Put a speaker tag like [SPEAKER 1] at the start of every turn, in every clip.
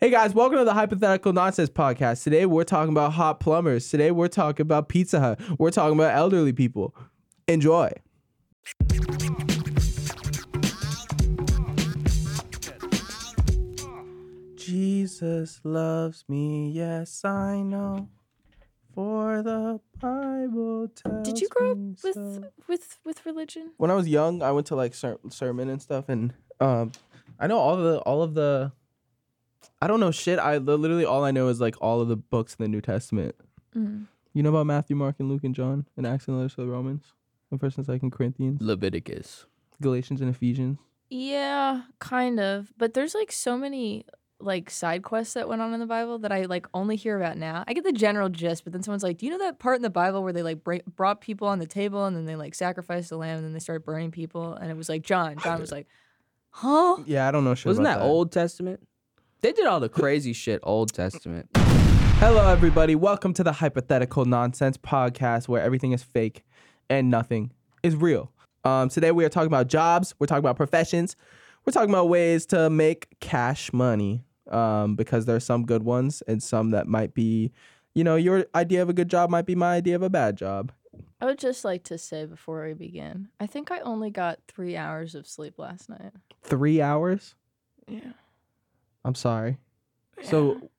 [SPEAKER 1] Hey guys, welcome to the Hypothetical Nonsense Podcast. Today we're talking about hot plumbers. Today we're talking about Pizza Hut. We're talking about elderly people. Enjoy. Jesus loves me, yes I know. For the Bible tells
[SPEAKER 2] Did you grow up
[SPEAKER 1] me
[SPEAKER 2] with
[SPEAKER 1] so.
[SPEAKER 2] with with religion?
[SPEAKER 1] When I was young, I went to like ser- sermon and stuff, and um, I know all the all of the. I don't know shit. I li- literally all I know is like all of the books in the New Testament. You know about Matthew, Mark, and Luke, and John, and Acts and letters to the Romans, and First and Second Corinthians,
[SPEAKER 3] Leviticus.
[SPEAKER 1] Galatians, and Ephesians.
[SPEAKER 2] Yeah, kind of. But there's like so many like side quests that went on in the Bible that I like only hear about now. I get the general gist, but then someone's like, "Do you know that part in the Bible where they like bra- brought people on the table and then they like sacrificed the lamb and then they started burning people?" And it was like John. John was like, "Huh?
[SPEAKER 1] Yeah, I don't know shit.
[SPEAKER 3] Wasn't
[SPEAKER 1] about
[SPEAKER 3] that, Old Testament? They did all the crazy shit Old Testament.
[SPEAKER 1] Hello, everybody. Welcome to the Hypothetical Nonsense Podcast, where everything is fake and nothing is real. Um, today, we are talking about jobs. We're talking about professions. We're talking about ways to make cash money um, because there are some good ones and some that might be, you know, your idea of a good job might be my idea of a bad job.
[SPEAKER 2] I would just like to say before we begin, I think I only got three hours of sleep last night.
[SPEAKER 1] Three hours?
[SPEAKER 2] Yeah.
[SPEAKER 1] I'm sorry. So,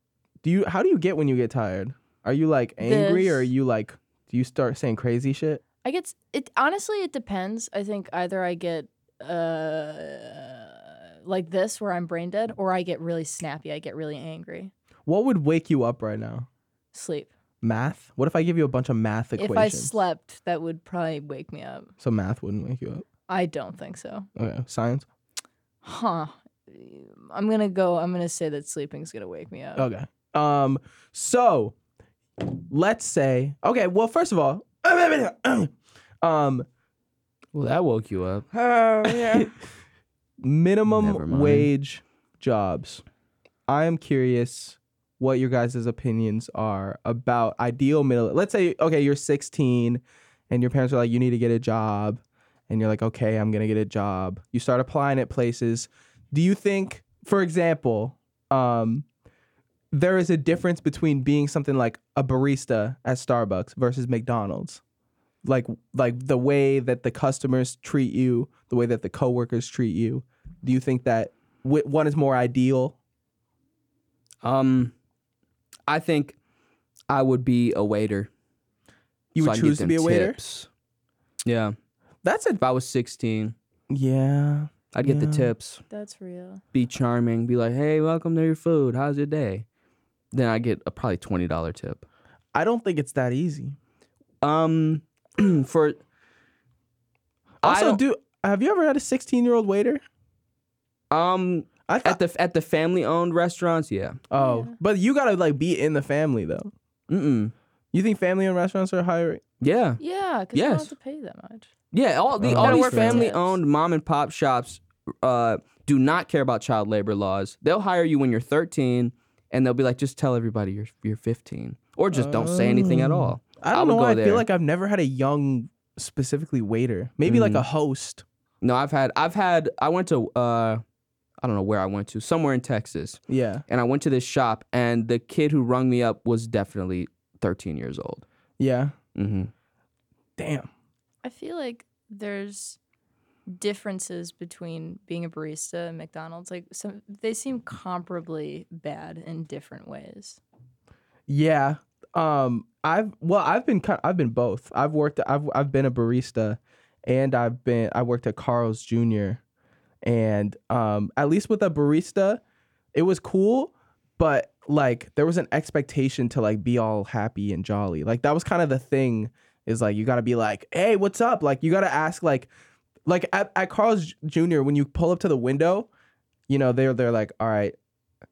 [SPEAKER 1] do you? How do you get when you get tired? Are you like angry, or are
[SPEAKER 2] This.
[SPEAKER 1] you like? Do you start saying crazy shit?
[SPEAKER 2] I get s- it. Honestly, it depends. I think either I get uh like this where I'm brain dead, or I get really snappy. I get really angry.
[SPEAKER 1] What would wake you up right now?
[SPEAKER 2] Sleep.
[SPEAKER 1] Math? What if I give you a bunch of math equations?
[SPEAKER 2] If I slept, that would probably wake me up.
[SPEAKER 1] So math wouldn't wake you up.
[SPEAKER 2] I don't think so.
[SPEAKER 1] Okay. Science?
[SPEAKER 2] Huh. I'm gonna go. I'm gonna say that sleeping's gonna wake me up.
[SPEAKER 1] Okay. Um, so let's say okay, well, first of all, um
[SPEAKER 3] Well, that woke you up. Never
[SPEAKER 1] minimum
[SPEAKER 3] mind.
[SPEAKER 1] wage jobs. I am curious what your guys' opinions are about ideal middle. Let's say, okay, you're 16 and your parents are like, you need to get a job. And you're like, okay, I'm going to get a job. You start applying at places. Do you think, for example, um, there is a difference between being something like a barista at Starbucks versus McDonald's? like like the way that the customers treat you, the way that the coworkers treat you. Do you think that wh- one is more ideal?
[SPEAKER 3] Um, I think I would be a waiter.
[SPEAKER 1] You
[SPEAKER 3] so I
[SPEAKER 1] would
[SPEAKER 3] could
[SPEAKER 1] choose
[SPEAKER 3] get
[SPEAKER 1] to be a
[SPEAKER 3] them
[SPEAKER 1] waiter.
[SPEAKER 3] tips. Yeah.
[SPEAKER 1] That's a
[SPEAKER 3] If I was 16,
[SPEAKER 1] yeah.
[SPEAKER 3] I'd get
[SPEAKER 1] Yeah.
[SPEAKER 3] the tips,
[SPEAKER 2] That's real.
[SPEAKER 3] be charming, be like, hey, welcome to your food. How's your day? Then I get a probably $20 tip.
[SPEAKER 1] I don't think it's that easy.
[SPEAKER 3] Um, for. I
[SPEAKER 1] Also,
[SPEAKER 3] don't-
[SPEAKER 1] do have you ever had a sixteen-year-old waiter?
[SPEAKER 3] um
[SPEAKER 1] I
[SPEAKER 3] at
[SPEAKER 1] thought.
[SPEAKER 3] the at the family owned restaurants, yeah.
[SPEAKER 1] oh,
[SPEAKER 2] Yeah.
[SPEAKER 1] but you gotta like be in the family though.
[SPEAKER 3] Mm-mm.
[SPEAKER 1] You think family-owned restaurants are hiring?
[SPEAKER 3] Yeah.
[SPEAKER 2] Yeah, because you don't
[SPEAKER 3] Yes.
[SPEAKER 2] have to pay that much.
[SPEAKER 3] Yeah, all the
[SPEAKER 1] Oh,
[SPEAKER 3] all
[SPEAKER 1] Gotta
[SPEAKER 3] these
[SPEAKER 1] work for tips.
[SPEAKER 3] family-owned mom and pop shops uh, do not care about child labor laws. They'll hire you when you're 13, and they'll be like, just tell everybody you're you're 15, or just don't say anything at
[SPEAKER 1] Oh.
[SPEAKER 3] all.
[SPEAKER 1] I
[SPEAKER 3] I
[SPEAKER 1] don't
[SPEAKER 3] would
[SPEAKER 1] know. Why. I
[SPEAKER 3] go
[SPEAKER 1] feel
[SPEAKER 3] there.
[SPEAKER 1] like I've never had a young, specifically waiter. Maybe like
[SPEAKER 3] Mm.
[SPEAKER 1] a host.
[SPEAKER 3] No, I've had I've had I went to uh, I don't know where I went to somewhere in Texas,
[SPEAKER 1] Yeah.
[SPEAKER 3] and I went to this shop, and the kid who rung me up was definitely 13 years old.
[SPEAKER 1] Yeah.
[SPEAKER 3] hmm
[SPEAKER 1] Damn.
[SPEAKER 2] I feel like there's differences between being a barista and McDonald's. Like some they seem comparably bad in different ways.
[SPEAKER 1] Yeah. Um I've well I've been kind I've been both. I've worked I've I've been a barista and I've been I worked at Carl's Jr. and um at least with a barista it was cool but like there was an expectation to like be all happy and jolly. Like that was kind of the thing is like you got to be like, "Hey, what's up?" Like you got to ask like like at, at Carl's Jr. when you pull up to the window, you know, they're they're like, "All right,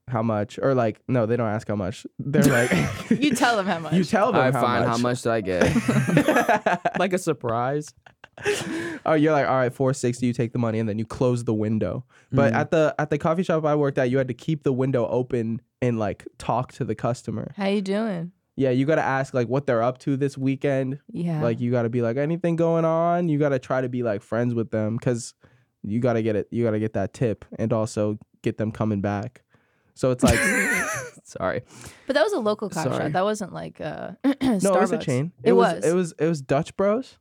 [SPEAKER 1] how much?" Or like, no, they don't ask how much. They're like
[SPEAKER 2] You tell them how much.
[SPEAKER 1] You tell them
[SPEAKER 3] I
[SPEAKER 1] how
[SPEAKER 3] find how
[SPEAKER 1] much.
[SPEAKER 3] much did I get? like a surprise.
[SPEAKER 1] oh, you're like, all right, four sixty. You take the money and then you close the window. But
[SPEAKER 3] Mhm.
[SPEAKER 1] at the at the coffee shop I worked at, you had to keep the window open and like talk to the customer.
[SPEAKER 2] how you doing?
[SPEAKER 1] Yeah, you got to ask like what they're up to this weekend.
[SPEAKER 2] Yeah.
[SPEAKER 1] Like you got to be like anything going on. You got to try to be like friends with them because you got to get it. You got to get that tip and also get them coming back. So it's like
[SPEAKER 3] Sorry.
[SPEAKER 2] But that was a local cop
[SPEAKER 3] Sorry.
[SPEAKER 2] shop. That wasn't like uh,
[SPEAKER 1] no, it was a
[SPEAKER 2] Starbucks.
[SPEAKER 1] chain.
[SPEAKER 2] It was.
[SPEAKER 1] It was. It was Dutch Bros,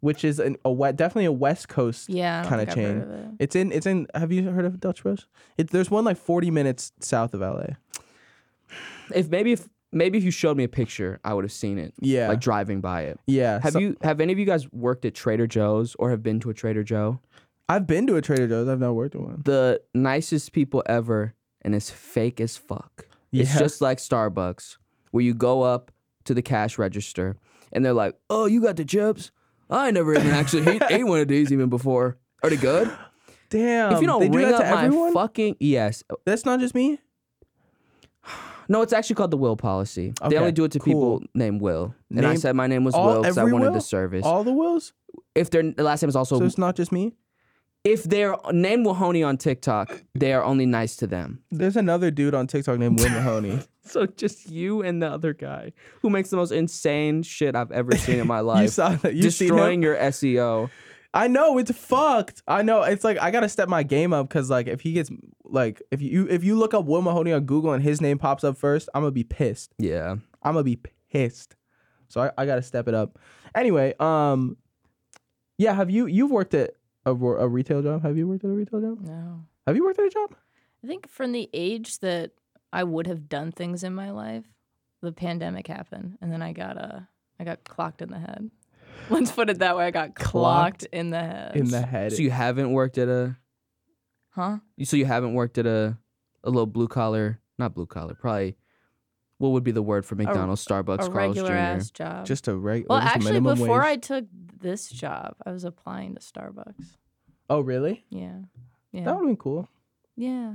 [SPEAKER 1] which is an, a wet, definitely a West Coast.
[SPEAKER 2] Yeah, I don't
[SPEAKER 1] kinda
[SPEAKER 2] think I've heard
[SPEAKER 1] chain.
[SPEAKER 2] of it.
[SPEAKER 1] It's in. It's in. Have you heard of Dutch Bros? It, there's one like 40 minutes south of LA.
[SPEAKER 3] If maybe if maybe if you showed me a picture, I would have seen it.
[SPEAKER 1] Yeah.
[SPEAKER 3] Like driving by it.
[SPEAKER 1] yeah.
[SPEAKER 3] Have
[SPEAKER 1] so-
[SPEAKER 3] you have any of you guys worked at Trader Joe's or have been to a Trader Joe?
[SPEAKER 1] I've been to a Trader Joe's. I've not worked at one.
[SPEAKER 3] The nicest people ever and it's fake as fuck. It's
[SPEAKER 1] Yeah.
[SPEAKER 3] just like Starbucks where you go up to the cash register and they're like, "Oh, you got the chips? I never even actually ate, ate one of these even before. Are they good?
[SPEAKER 1] Damn.
[SPEAKER 3] if you don't
[SPEAKER 1] Um, they do
[SPEAKER 3] ring
[SPEAKER 1] that
[SPEAKER 3] up
[SPEAKER 1] to
[SPEAKER 3] my
[SPEAKER 1] everyone,
[SPEAKER 3] fucking yes,
[SPEAKER 1] that's not just me.
[SPEAKER 3] No, it's actually called the Will policy.
[SPEAKER 1] Okay,
[SPEAKER 3] they only do it to
[SPEAKER 1] cool.
[SPEAKER 3] people named Will. And I
[SPEAKER 1] Name-
[SPEAKER 3] said my name was
[SPEAKER 1] all-
[SPEAKER 3] Will because I
[SPEAKER 1] every
[SPEAKER 3] wanted
[SPEAKER 1] Will?
[SPEAKER 3] the service.
[SPEAKER 1] All the wills.
[SPEAKER 3] if their the last name is also
[SPEAKER 1] So it's not just me.
[SPEAKER 3] if they're named Wahoney on TikTok, they are only nice to them.
[SPEAKER 1] There's another dude on TikTok named Will Mahoney.
[SPEAKER 3] So just you and the other guy who makes the most insane shit I've ever seen in my life.
[SPEAKER 1] you saw that. You seen him?
[SPEAKER 3] destroying your E SEO.
[SPEAKER 1] I know it's fucked. I know it's like I gotta step my game up because like if he gets like if you if you look up Will Mahoney on Google and his name pops up first, I'm gonna be pissed.
[SPEAKER 3] Yeah.
[SPEAKER 1] I'm gonna be pissed. So I, I gotta step it up. Anyway, um, yeah. Have you you've worked at a, ro- a retail job? Have you worked at a retail job?
[SPEAKER 2] No,
[SPEAKER 1] Have you worked at a job?
[SPEAKER 2] I think from the age that I would have done things in my life, the pandemic happened, and then I got uh, I got clocked in the head. Let's put it that way. I got clocked,
[SPEAKER 1] Clocked
[SPEAKER 2] in the head.
[SPEAKER 1] In the head.
[SPEAKER 3] So you haven't worked at a
[SPEAKER 2] huh?
[SPEAKER 3] so you haven't worked at a a little blue collar not blue collar, probably what would be the word for McDonald's, Starbucks,
[SPEAKER 2] a
[SPEAKER 3] Carl's
[SPEAKER 2] regular
[SPEAKER 3] Jr.
[SPEAKER 2] ass job.
[SPEAKER 1] just a regular.
[SPEAKER 2] well, actually, before I took this job, I was applying to Starbucks.
[SPEAKER 1] Oh really?
[SPEAKER 2] Yeah, yeah,
[SPEAKER 1] That would have been cool.
[SPEAKER 2] yeah,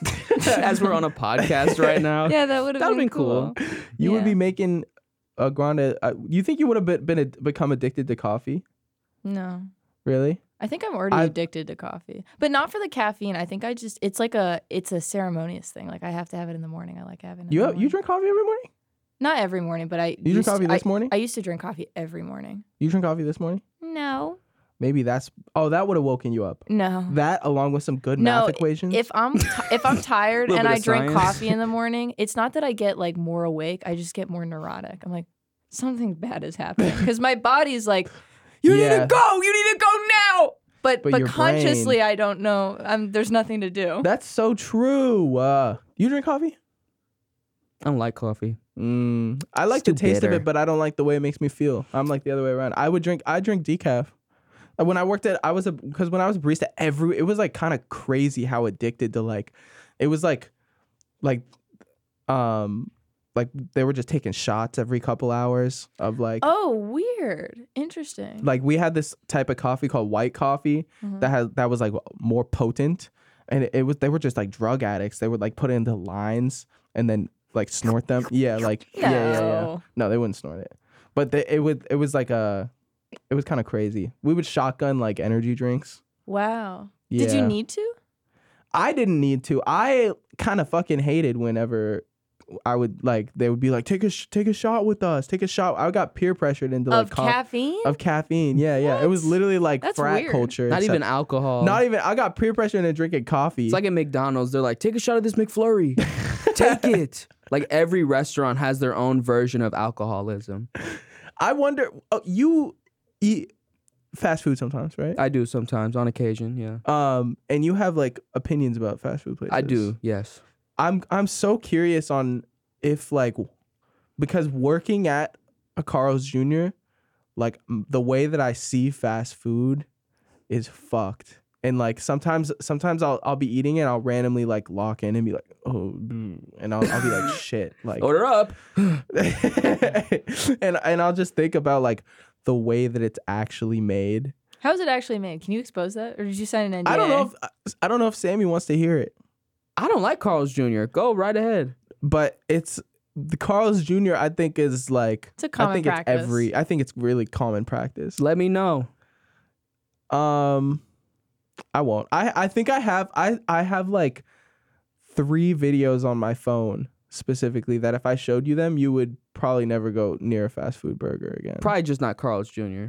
[SPEAKER 3] as we're on a podcast right now.
[SPEAKER 2] yeah. That would have
[SPEAKER 3] That
[SPEAKER 2] been,
[SPEAKER 3] would've been cool.
[SPEAKER 1] You would
[SPEAKER 2] Yeah.
[SPEAKER 1] be making a grande. Uh, you think you would have been, been ad- become addicted to coffee?
[SPEAKER 2] No,
[SPEAKER 1] Really?
[SPEAKER 2] I think I'm already
[SPEAKER 1] I-
[SPEAKER 2] addicted to coffee, but not for the caffeine. I think I just it's like a it's a ceremonious thing. Like I have to have it in the morning. I like having it.
[SPEAKER 1] You
[SPEAKER 2] in the
[SPEAKER 1] have, you
[SPEAKER 2] morning.
[SPEAKER 1] drink coffee every morning?
[SPEAKER 2] not every morning, but I
[SPEAKER 1] You drink
[SPEAKER 2] used to-
[SPEAKER 1] coffee this
[SPEAKER 2] I,
[SPEAKER 1] morning?
[SPEAKER 2] I used to drink coffee every morning.
[SPEAKER 1] you drink coffee this morning?
[SPEAKER 2] No,
[SPEAKER 1] Maybe that's oh that would have woken you up.
[SPEAKER 2] no.
[SPEAKER 1] That along with some good
[SPEAKER 2] Mm. No,
[SPEAKER 1] math equations.
[SPEAKER 2] If I'm t- if I'm tired
[SPEAKER 3] Little
[SPEAKER 2] and
[SPEAKER 3] bit
[SPEAKER 2] I
[SPEAKER 3] of
[SPEAKER 2] drink
[SPEAKER 3] science.
[SPEAKER 2] coffee in the morning, it's not that I get like more awake. I just get more neurotic. I'm like something bad is happening because my body's like, you need
[SPEAKER 1] Yeah.
[SPEAKER 2] to go, you need to go now. But
[SPEAKER 1] But
[SPEAKER 2] but,
[SPEAKER 1] your
[SPEAKER 2] consciously,
[SPEAKER 1] brain-
[SPEAKER 2] I don't know. I'm, there's nothing to do.
[SPEAKER 1] that's so true. Uh, you drink coffee?
[SPEAKER 3] I don't like coffee.
[SPEAKER 1] Mm, I like
[SPEAKER 3] too
[SPEAKER 1] the taste of
[SPEAKER 3] bitter.
[SPEAKER 1] it, but I don't like the way it makes me feel. I'm like the other way around. I would drink. I drink decaf. Uh, When I worked at, I was a because when I was a barista, every it was like kind of crazy how addicted to like, it was like, like, um, like they were just taking shots every couple hours of like.
[SPEAKER 2] Oh, weird. Interesting.
[SPEAKER 1] like we had this type of coffee called white coffee
[SPEAKER 2] Mhm.
[SPEAKER 1] that had that was like more potent and it, it was they were just like drug addicts they would like put it into lines and then like snort them yeah like yeah yeah yeah
[SPEAKER 2] No.
[SPEAKER 1] no they wouldn't snort it but they, it would it was like a it was kind of crazy we would shotgun like energy drinks
[SPEAKER 2] Wow.
[SPEAKER 1] yeah.
[SPEAKER 2] Did you need to?
[SPEAKER 1] I didn't need to. I kind of fucking hated whenever I would like they would be like take a sh- take a shot with us, take a shot. I got peer pressured into like
[SPEAKER 2] of
[SPEAKER 1] com-
[SPEAKER 2] caffeine?
[SPEAKER 1] of caffeine. Yeah, yeah. It was
[SPEAKER 2] What?
[SPEAKER 1] literally like
[SPEAKER 2] That's
[SPEAKER 1] frat
[SPEAKER 2] weird.
[SPEAKER 1] culture.
[SPEAKER 3] Not
[SPEAKER 1] except-
[SPEAKER 3] even alcohol.
[SPEAKER 1] Not even. I got peer pressure into drinking coffee.
[SPEAKER 3] It's like at McDonald's. They're like, take a shot of this McFlurry. take it. Like every restaurant has their own version of alcoholism.
[SPEAKER 1] I wonder. Oh, you eat fast food sometimes, right?
[SPEAKER 3] I do sometimes, on occasion. Yeah,
[SPEAKER 1] um, and you have like opinions about fast food places.
[SPEAKER 3] I do. Yes.
[SPEAKER 1] I'm I'm so curious on if like because working at a Carl's Jr. like m- the way that I see fast food is fucked. And like sometimes sometimes I'll I'll be eating and I'll randomly like lock in and be like, "Oh," mm," and I'll I'll be like, "Shit." Like
[SPEAKER 3] Order up.
[SPEAKER 1] and and I'll just think about like the way that it's actually made.
[SPEAKER 2] How is it actually made? Can you expose that? Or did you sign an NDA?
[SPEAKER 1] I don't know if I don't know if Sammy wants to hear it,
[SPEAKER 3] I don't like Carl's Jr. Go right ahead.
[SPEAKER 1] but it's the Carl's Jr. I think is like
[SPEAKER 2] It's a
[SPEAKER 1] I
[SPEAKER 2] common
[SPEAKER 1] think
[SPEAKER 2] practice.
[SPEAKER 1] it's every I think it's really common practice.
[SPEAKER 3] Let me know.
[SPEAKER 1] Um I won't. I I think I have I I have like three videos on my phone specifically that if I showed you them, you would probably never go near a fast food burger again.
[SPEAKER 3] Probably just not Carl's Jr.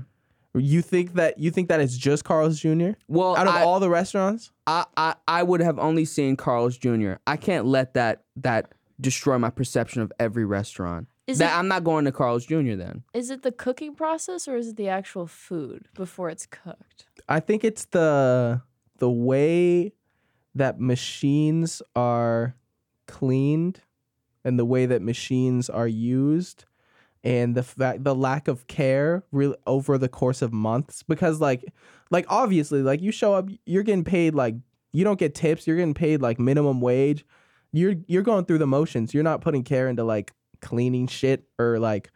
[SPEAKER 1] You think that you think that it's just Carl's Jr.
[SPEAKER 3] Well,
[SPEAKER 1] out of
[SPEAKER 3] I,
[SPEAKER 1] all the restaurants?
[SPEAKER 3] I, I, I would have only seen Carl's Jr. I can't let that that destroy my perception of every restaurant.
[SPEAKER 2] Is
[SPEAKER 3] that
[SPEAKER 2] it
[SPEAKER 3] I'm not going to Carl's Jr. Then.
[SPEAKER 2] is it the cooking process or is it the actual food before it's cooked?
[SPEAKER 1] I think it's the the way that machines are cleaned and the way that machines are used and the fact the lack of care real over the course of months because like like obviously like you show up you're getting paid like you don't get tips you're getting paid like minimum wage you're you're going through the motions you're not putting care into like cleaning shit or like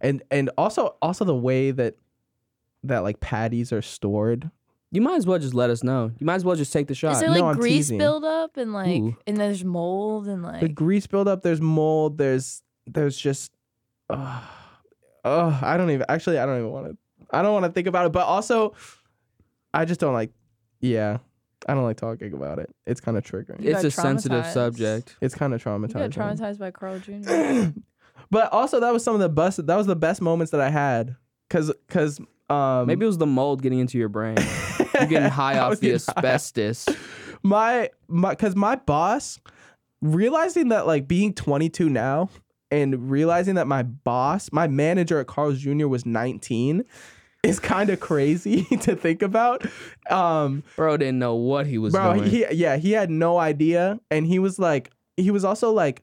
[SPEAKER 1] and and also also the way that that like patties are stored
[SPEAKER 3] You might as well just let us know. You might as well just take the shot.
[SPEAKER 2] Is there
[SPEAKER 1] no,
[SPEAKER 2] like
[SPEAKER 1] I'm
[SPEAKER 2] grease
[SPEAKER 1] teasing.
[SPEAKER 2] buildup and like
[SPEAKER 3] Ooh.
[SPEAKER 2] and there's mold and like
[SPEAKER 1] the grease buildup. There's mold. There's there's just, uh, uh, I don't even actually. I don't even want to. I don't want to think about it. But also, I just don't like. Yeah, I don't like talking about it. It's kind of triggering.
[SPEAKER 2] You
[SPEAKER 3] it's
[SPEAKER 2] got
[SPEAKER 3] a sensitive
[SPEAKER 2] traumatized.
[SPEAKER 3] subject.
[SPEAKER 1] It's kind of
[SPEAKER 2] you got
[SPEAKER 1] traumatizing.
[SPEAKER 2] traumatized by Carl Jr.
[SPEAKER 1] but also, that was some of the best. That was the best moments that I had. Cause, cause, um,
[SPEAKER 3] Maybe it was the mold getting into your brain. You're getting high
[SPEAKER 1] I
[SPEAKER 3] off
[SPEAKER 1] was
[SPEAKER 3] the
[SPEAKER 1] getting high.
[SPEAKER 3] asbestos.
[SPEAKER 1] my my because my boss realizing that like being 22 now and realizing that my boss my manager at carl's jr was 19 is kind of crazy to think about um
[SPEAKER 3] Bro didn't know what he was
[SPEAKER 1] bro
[SPEAKER 3] doing.
[SPEAKER 1] he yeah he had no idea and he was like he was also like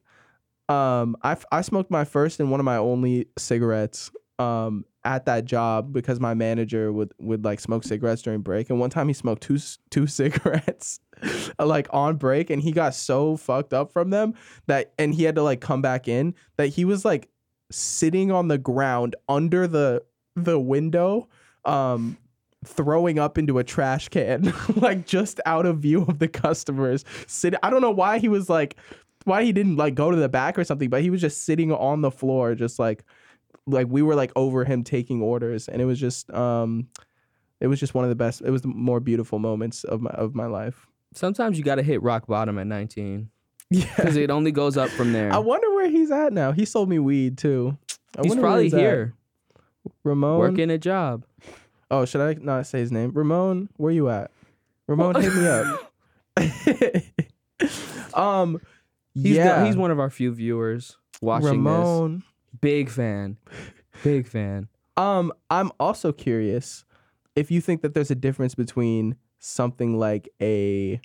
[SPEAKER 1] um I, f- I smoked my first and one of my only cigarettes um at that job because my manager would would like smoke cigarettes during break and one time he smoked two c- two cigarettes like on break and he got so fucked up from them that and he had to like come back in that he was like sitting on the ground under the the window um throwing up into a trash can like just out of view of the customers sit i don't know why he was like why he didn't like go to the back or something but he was just sitting on the floor just like like we were like over him taking orders and it was just um it was just one of the best it was the more beautiful moments of my of my life
[SPEAKER 3] Sometimes you gotta hit rock bottom at 19
[SPEAKER 1] yeah
[SPEAKER 3] because it only goes up from there.
[SPEAKER 1] i wonder where he's at now he sold me weed too I
[SPEAKER 3] He's
[SPEAKER 1] wonder where
[SPEAKER 3] probably
[SPEAKER 1] at. Um,
[SPEAKER 3] here
[SPEAKER 1] ramon
[SPEAKER 3] working a job.
[SPEAKER 1] oh should i not say his name ramon where you at ramon hit me up um,
[SPEAKER 3] He's,
[SPEAKER 1] yeah,
[SPEAKER 3] the, he's one of our few viewers watching this.
[SPEAKER 1] Ramon.
[SPEAKER 3] Big fan. Big fan.
[SPEAKER 1] Um, I'm also curious if you think that there's a difference between something like a,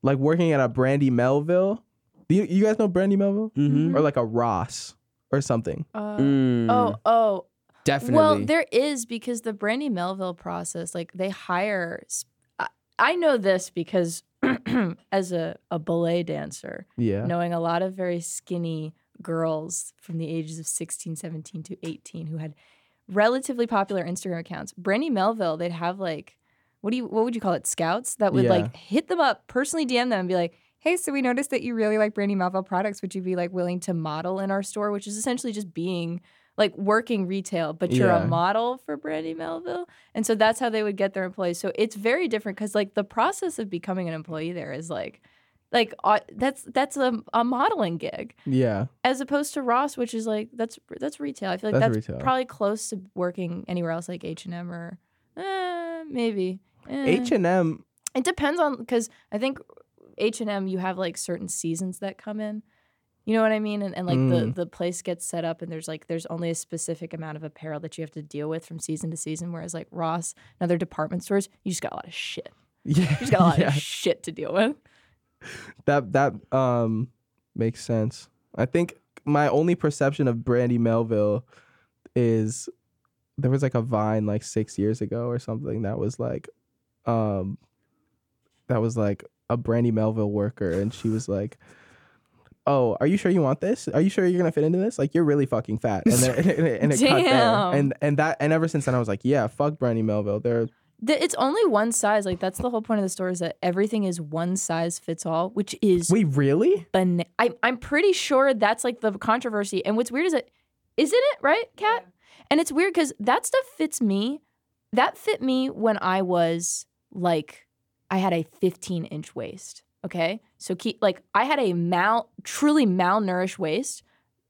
[SPEAKER 1] like working at a Brandy Melville. Do you, you guys know Brandy Melville
[SPEAKER 3] Mm-hmm.
[SPEAKER 1] or like a Ross or something?
[SPEAKER 2] Uh, Oh, oh,
[SPEAKER 3] Mm. definitely.
[SPEAKER 2] Well, there is because the Brandy Melville process, like they hire. sp- I, I know this because as a, a ballet dancer,
[SPEAKER 1] Yeah.
[SPEAKER 2] knowing a lot of very skinny girls from the ages of 16, 17 to 18 who had relatively popular Instagram accounts. Brandy Melville, they'd have like, what do you, what would you call it? Scouts that would like hit them up, personally DM them and be like, hey, so we noticed that you really like Brandy Melville products. Would you be like willing to model in our store? Which is essentially just being like working retail, but you're
[SPEAKER 1] Yeah.
[SPEAKER 2] a model for Brandy Melville. And so that's how they would get their employees. So it's very different because like the process of becoming an employee there is like, like uh, that's that's a, a modeling gig
[SPEAKER 1] Yeah.
[SPEAKER 2] as opposed to Ross, which is like that's that's retail. I feel like
[SPEAKER 1] That's
[SPEAKER 2] that's,
[SPEAKER 1] retail.
[SPEAKER 2] probably close to working anywhere else like H and M or eh, maybe eh.
[SPEAKER 1] H and M.
[SPEAKER 2] It depends on because I think H and M you have like certain seasons that come in. You know what I mean? And, and like
[SPEAKER 1] Mm.
[SPEAKER 2] the the place gets set up, and there's like there's only a specific amount of apparel that you have to deal with from season to season. Whereas like Ross and other department stores, you just got a lot of shit.
[SPEAKER 1] Yeah.
[SPEAKER 2] You just got a lot
[SPEAKER 1] yeah.
[SPEAKER 2] of shit to deal with.
[SPEAKER 1] That that um makes sense. I think my only perception of Brandy Melville is there was like a vine like six years ago or something that was like um that was like a Brandy Melville worker and she was like Oh, are you sure you want this? Are you sure you're gonna fit into this? Like you're really fucking fat, and, then, and it, and it cut
[SPEAKER 2] Damn.
[SPEAKER 1] there, and and that, and ever since then I was like, yeah, fuck Brandy Melville. They're
[SPEAKER 2] Th- it's only one size. Like that's the whole point of the store is that everything is one size fits all, which is
[SPEAKER 1] wait, really?
[SPEAKER 2] ban- I, I'm pretty sure that's like the controversy. And what's weird is that, isn't it right, Kat? And it's weird because that stuff fits me. That fit me when I was like, I had a 15 inch waist. Okay, so keep like I had a mal truly malnourished waist,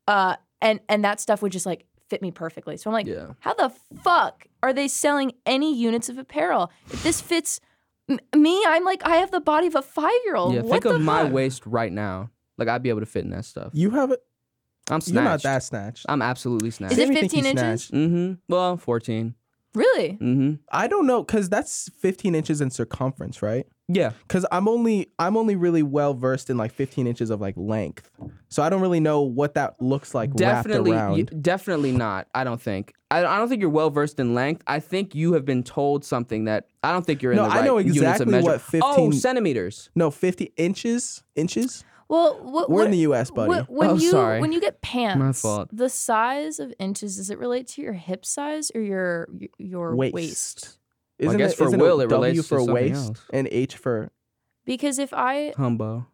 [SPEAKER 2] uh, and and that stuff would just like fit me perfectly. So I'm like,
[SPEAKER 3] Yeah.
[SPEAKER 2] how the fuck are they selling any units of apparel? If this fits m- me, I'm like, I have the body of a five year old.
[SPEAKER 3] yeah,
[SPEAKER 2] what
[SPEAKER 3] think
[SPEAKER 2] the
[SPEAKER 3] of my
[SPEAKER 2] fuck?
[SPEAKER 3] waist right now. Like I'd be able to fit in that stuff.
[SPEAKER 1] You have it.
[SPEAKER 3] I'm
[SPEAKER 1] You're not
[SPEAKER 3] snatched.
[SPEAKER 1] that snatched.
[SPEAKER 3] I'm absolutely snatched.
[SPEAKER 2] Is it
[SPEAKER 1] Sammy think
[SPEAKER 2] 15
[SPEAKER 1] he's
[SPEAKER 2] inches?
[SPEAKER 1] snatched.
[SPEAKER 3] mm-hmm. Well, 14.
[SPEAKER 2] Really?
[SPEAKER 3] Mm-hmm.
[SPEAKER 1] I don't know, cause that's 15 inches in circumference, right?
[SPEAKER 3] Yeah.
[SPEAKER 1] Cause I'm only I'm only really well versed in like 15 inches of like length, so I don't really know what that looks like
[SPEAKER 3] Definitely,
[SPEAKER 1] wrapped around.
[SPEAKER 3] y- definitely not. I don't think. I, I don't think you're well versed in length. I think you have been told something that I don't think you're in
[SPEAKER 1] No,
[SPEAKER 3] the
[SPEAKER 1] I
[SPEAKER 3] right
[SPEAKER 1] know
[SPEAKER 3] units of
[SPEAKER 1] exactly
[SPEAKER 3] measure.
[SPEAKER 1] what
[SPEAKER 3] Oh,
[SPEAKER 1] 15
[SPEAKER 3] centimeters.
[SPEAKER 1] no, 50 inches, inches.
[SPEAKER 2] Well,
[SPEAKER 3] Uh,
[SPEAKER 2] what,
[SPEAKER 1] We're
[SPEAKER 2] what,
[SPEAKER 1] in the U.S., buddy.
[SPEAKER 2] Wh- When
[SPEAKER 3] Oh,
[SPEAKER 2] you
[SPEAKER 3] sorry.
[SPEAKER 2] when you get pants,
[SPEAKER 3] fault.
[SPEAKER 2] the size of inches does it relate to your hip size or your y- your waist?
[SPEAKER 1] Waist.
[SPEAKER 3] Well, I
[SPEAKER 1] Isn't
[SPEAKER 3] guess for
[SPEAKER 1] isn't
[SPEAKER 3] Will, it
[SPEAKER 1] W
[SPEAKER 3] relates to
[SPEAKER 1] for
[SPEAKER 3] something
[SPEAKER 1] waist
[SPEAKER 3] else.
[SPEAKER 1] and H for
[SPEAKER 2] Because if I
[SPEAKER 3] Humbo.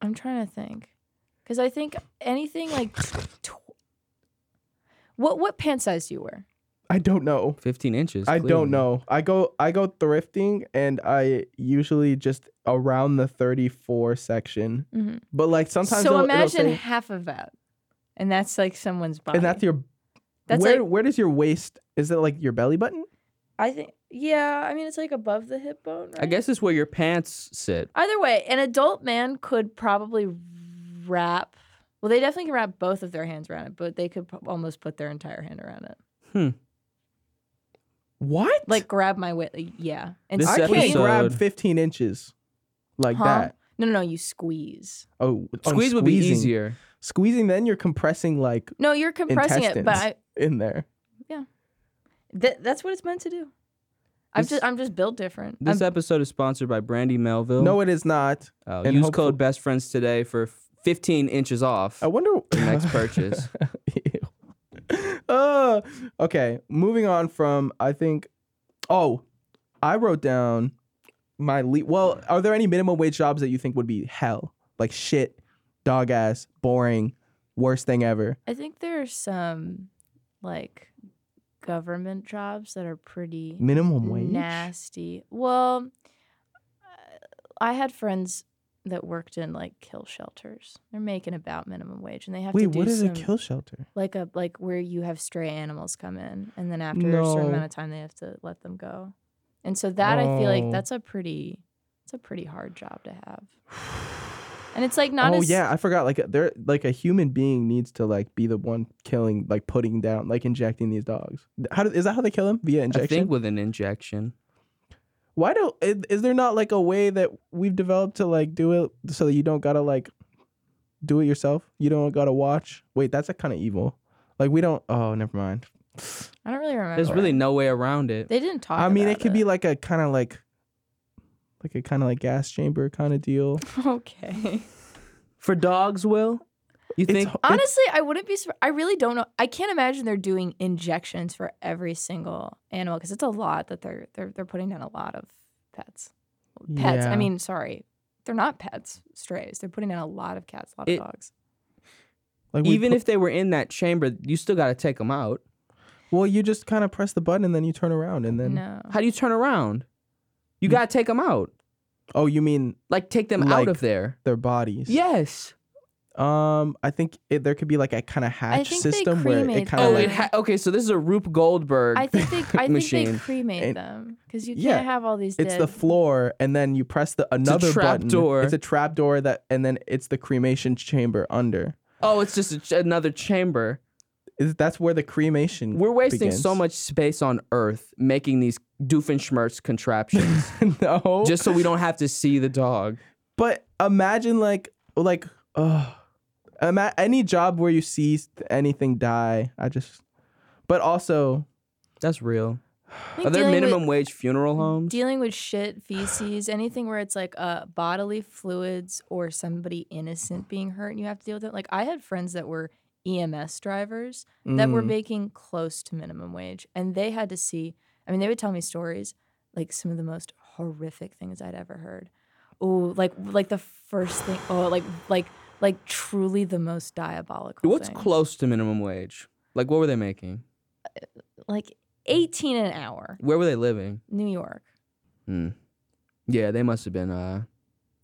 [SPEAKER 2] I'm trying to think, because I think anything like tw- what what pant size do you wear?
[SPEAKER 1] I don't know.
[SPEAKER 3] 15 inches.
[SPEAKER 1] I
[SPEAKER 3] clearly.
[SPEAKER 1] don't know. I go I go thrifting and I usually just around the 34 section.
[SPEAKER 3] Mm-hmm.
[SPEAKER 2] Mhm.
[SPEAKER 1] But like sometimes
[SPEAKER 2] so
[SPEAKER 1] it'll- it'll
[SPEAKER 2] imagine
[SPEAKER 1] say-
[SPEAKER 2] half of that, and that's like someone's body.
[SPEAKER 1] and that's your
[SPEAKER 2] That's
[SPEAKER 1] where
[SPEAKER 2] like-
[SPEAKER 1] where does your waist is it like your belly button?
[SPEAKER 2] I think yeah. I mean, it's like above the hip bone.
[SPEAKER 3] I
[SPEAKER 2] right?
[SPEAKER 3] guess it's where your pants sit.
[SPEAKER 2] Either way, an adult man could probably wrap. Well, they definitely can wrap both of their hands around it, but they could pro- almost put their entire hand around it.
[SPEAKER 1] What?
[SPEAKER 2] Like grab my waist. Like, yeah. And
[SPEAKER 3] This
[SPEAKER 1] I can't
[SPEAKER 3] episode-
[SPEAKER 1] grab 15 inches like
[SPEAKER 2] Huh?
[SPEAKER 1] that.
[SPEAKER 2] No, no, no. You squeeze.
[SPEAKER 1] Oh, oh,
[SPEAKER 3] Squeeze would be
[SPEAKER 1] squeezing.
[SPEAKER 3] easier.
[SPEAKER 1] Squeezing then you're compressing like
[SPEAKER 2] No, you're compressing it, but I,
[SPEAKER 1] Intestines. in there.
[SPEAKER 2] th- that's what it's meant to do. I'm
[SPEAKER 3] This-
[SPEAKER 2] just, I'm just built different.
[SPEAKER 3] This
[SPEAKER 2] I'm-
[SPEAKER 3] episode is sponsored by Brandy Melville.
[SPEAKER 1] No, it is not.
[SPEAKER 3] Uh,
[SPEAKER 1] and
[SPEAKER 3] use
[SPEAKER 1] hopeful-
[SPEAKER 3] code Best Friends today for 15 inches off.
[SPEAKER 1] I wonder
[SPEAKER 3] Your next purchase.
[SPEAKER 1] Ew. Uh, okay, moving on from I think. Oh, I wrote down my le- well. Are there any minimum wage jobs that you think would be hell, like shit, dog ass, boring, worst thing ever?
[SPEAKER 2] I think there's some like government jobs that are pretty
[SPEAKER 1] Minimum wage.
[SPEAKER 2] nasty. Well, I had friends that worked in like kill shelters. They're making about minimum wage, and they have
[SPEAKER 1] Wait,
[SPEAKER 2] to do
[SPEAKER 1] what is
[SPEAKER 2] some,
[SPEAKER 1] a kill shelter?
[SPEAKER 2] like a like where you have stray animals come in, and then after a certain
[SPEAKER 1] No.
[SPEAKER 2] amount of time, they have to let them go. And so that I feel like
[SPEAKER 1] Oh.
[SPEAKER 2] that's a pretty it's a pretty hard job to have. And it's like not
[SPEAKER 1] oh
[SPEAKER 2] as
[SPEAKER 1] yeah, I forgot. Like there, like a human being needs to like be the one killing, like putting down, like injecting these dogs. How do, is that how they kill them via
[SPEAKER 3] I
[SPEAKER 1] injection?
[SPEAKER 3] think with an injection.
[SPEAKER 1] Why don't is, is there not like a way that we've developed to like do it so that you don't gotta like do it yourself? You don't gotta watch. Wait, that's a kind of evil. Like we don't. Oh, never mind.
[SPEAKER 2] I don't really remember.
[SPEAKER 3] There's really no way around it.
[SPEAKER 2] they didn't talk.
[SPEAKER 1] I mean, it
[SPEAKER 2] about
[SPEAKER 1] could be like a kind of like like a kind of like gas chamber kind of deal.
[SPEAKER 2] okay.
[SPEAKER 3] For dogs, Will? You
[SPEAKER 1] It's-
[SPEAKER 3] think?
[SPEAKER 1] it's-
[SPEAKER 2] Honestly, I wouldn't be. surp- I really don't know. I can't imagine they're doing injections for every single animal because it's a lot that they're they're they're putting down a lot of pets. Pets.
[SPEAKER 1] Yeah.
[SPEAKER 2] I mean, sorry, they're not pets. Strays. They're putting down a lot of cats, a lot
[SPEAKER 3] It-
[SPEAKER 2] of dogs.
[SPEAKER 1] like we
[SPEAKER 3] Even
[SPEAKER 1] pu-
[SPEAKER 3] if they were in that chamber, you still got to take them out.
[SPEAKER 1] well, you just kind of press the button and then you turn around and then
[SPEAKER 2] no.
[SPEAKER 3] How do you turn around? You got to take them out.
[SPEAKER 1] oh, you mean
[SPEAKER 3] Like take them out
[SPEAKER 1] Like-
[SPEAKER 3] of there.
[SPEAKER 1] their bodies?
[SPEAKER 3] Yes.
[SPEAKER 1] Um, I think it, there could be like a kind of hatch
[SPEAKER 2] think they
[SPEAKER 1] system where it
[SPEAKER 2] cremate
[SPEAKER 1] kind
[SPEAKER 3] Oh,
[SPEAKER 1] of
[SPEAKER 2] them.
[SPEAKER 3] it
[SPEAKER 1] like,
[SPEAKER 3] ha- okay. So this is a Rube Goldberg.
[SPEAKER 2] I think they. I think they
[SPEAKER 3] Machine.
[SPEAKER 2] cremate
[SPEAKER 1] And-
[SPEAKER 2] them because you can't
[SPEAKER 1] Yeah.
[SPEAKER 2] have all these.
[SPEAKER 1] it's
[SPEAKER 2] Dead.
[SPEAKER 1] the floor and then you press the another
[SPEAKER 3] trap
[SPEAKER 1] button.
[SPEAKER 3] door.
[SPEAKER 1] It's a trap door that and then it's the cremation chamber under.
[SPEAKER 3] oh, it's just a ch- another chamber.
[SPEAKER 1] Is that's where the cremation
[SPEAKER 3] We're wasting
[SPEAKER 1] begins.
[SPEAKER 3] so much space on Earth making these doofenshmirtz contraptions
[SPEAKER 1] no.
[SPEAKER 3] just so we don't have to see the dog.
[SPEAKER 1] but imagine like like uh ima- any job where you see s- anything die. I just but also
[SPEAKER 3] That's real.
[SPEAKER 2] I think
[SPEAKER 3] Are there
[SPEAKER 2] dealing with-
[SPEAKER 3] minimum wage funeral homes?
[SPEAKER 2] dealing with shit, feces, anything where it's like uh, bodily fluids or somebody innocent being hurt and you have to deal with it. Like I had friends that were EMS drivers that were
[SPEAKER 1] mm,
[SPEAKER 2] making close to minimum wage and they had to see, I mean, they would tell me stories like some of the most horrific things I'd ever heard. Oh, like like the first thing. Oh, like like like truly the most diabolical.
[SPEAKER 3] What's
[SPEAKER 2] things.
[SPEAKER 3] close to minimum wage? Like what were they making?
[SPEAKER 2] Like eighteen an hour,
[SPEAKER 3] Where were they living?
[SPEAKER 2] New York.
[SPEAKER 3] Hmm. Yeah, they must have been uh,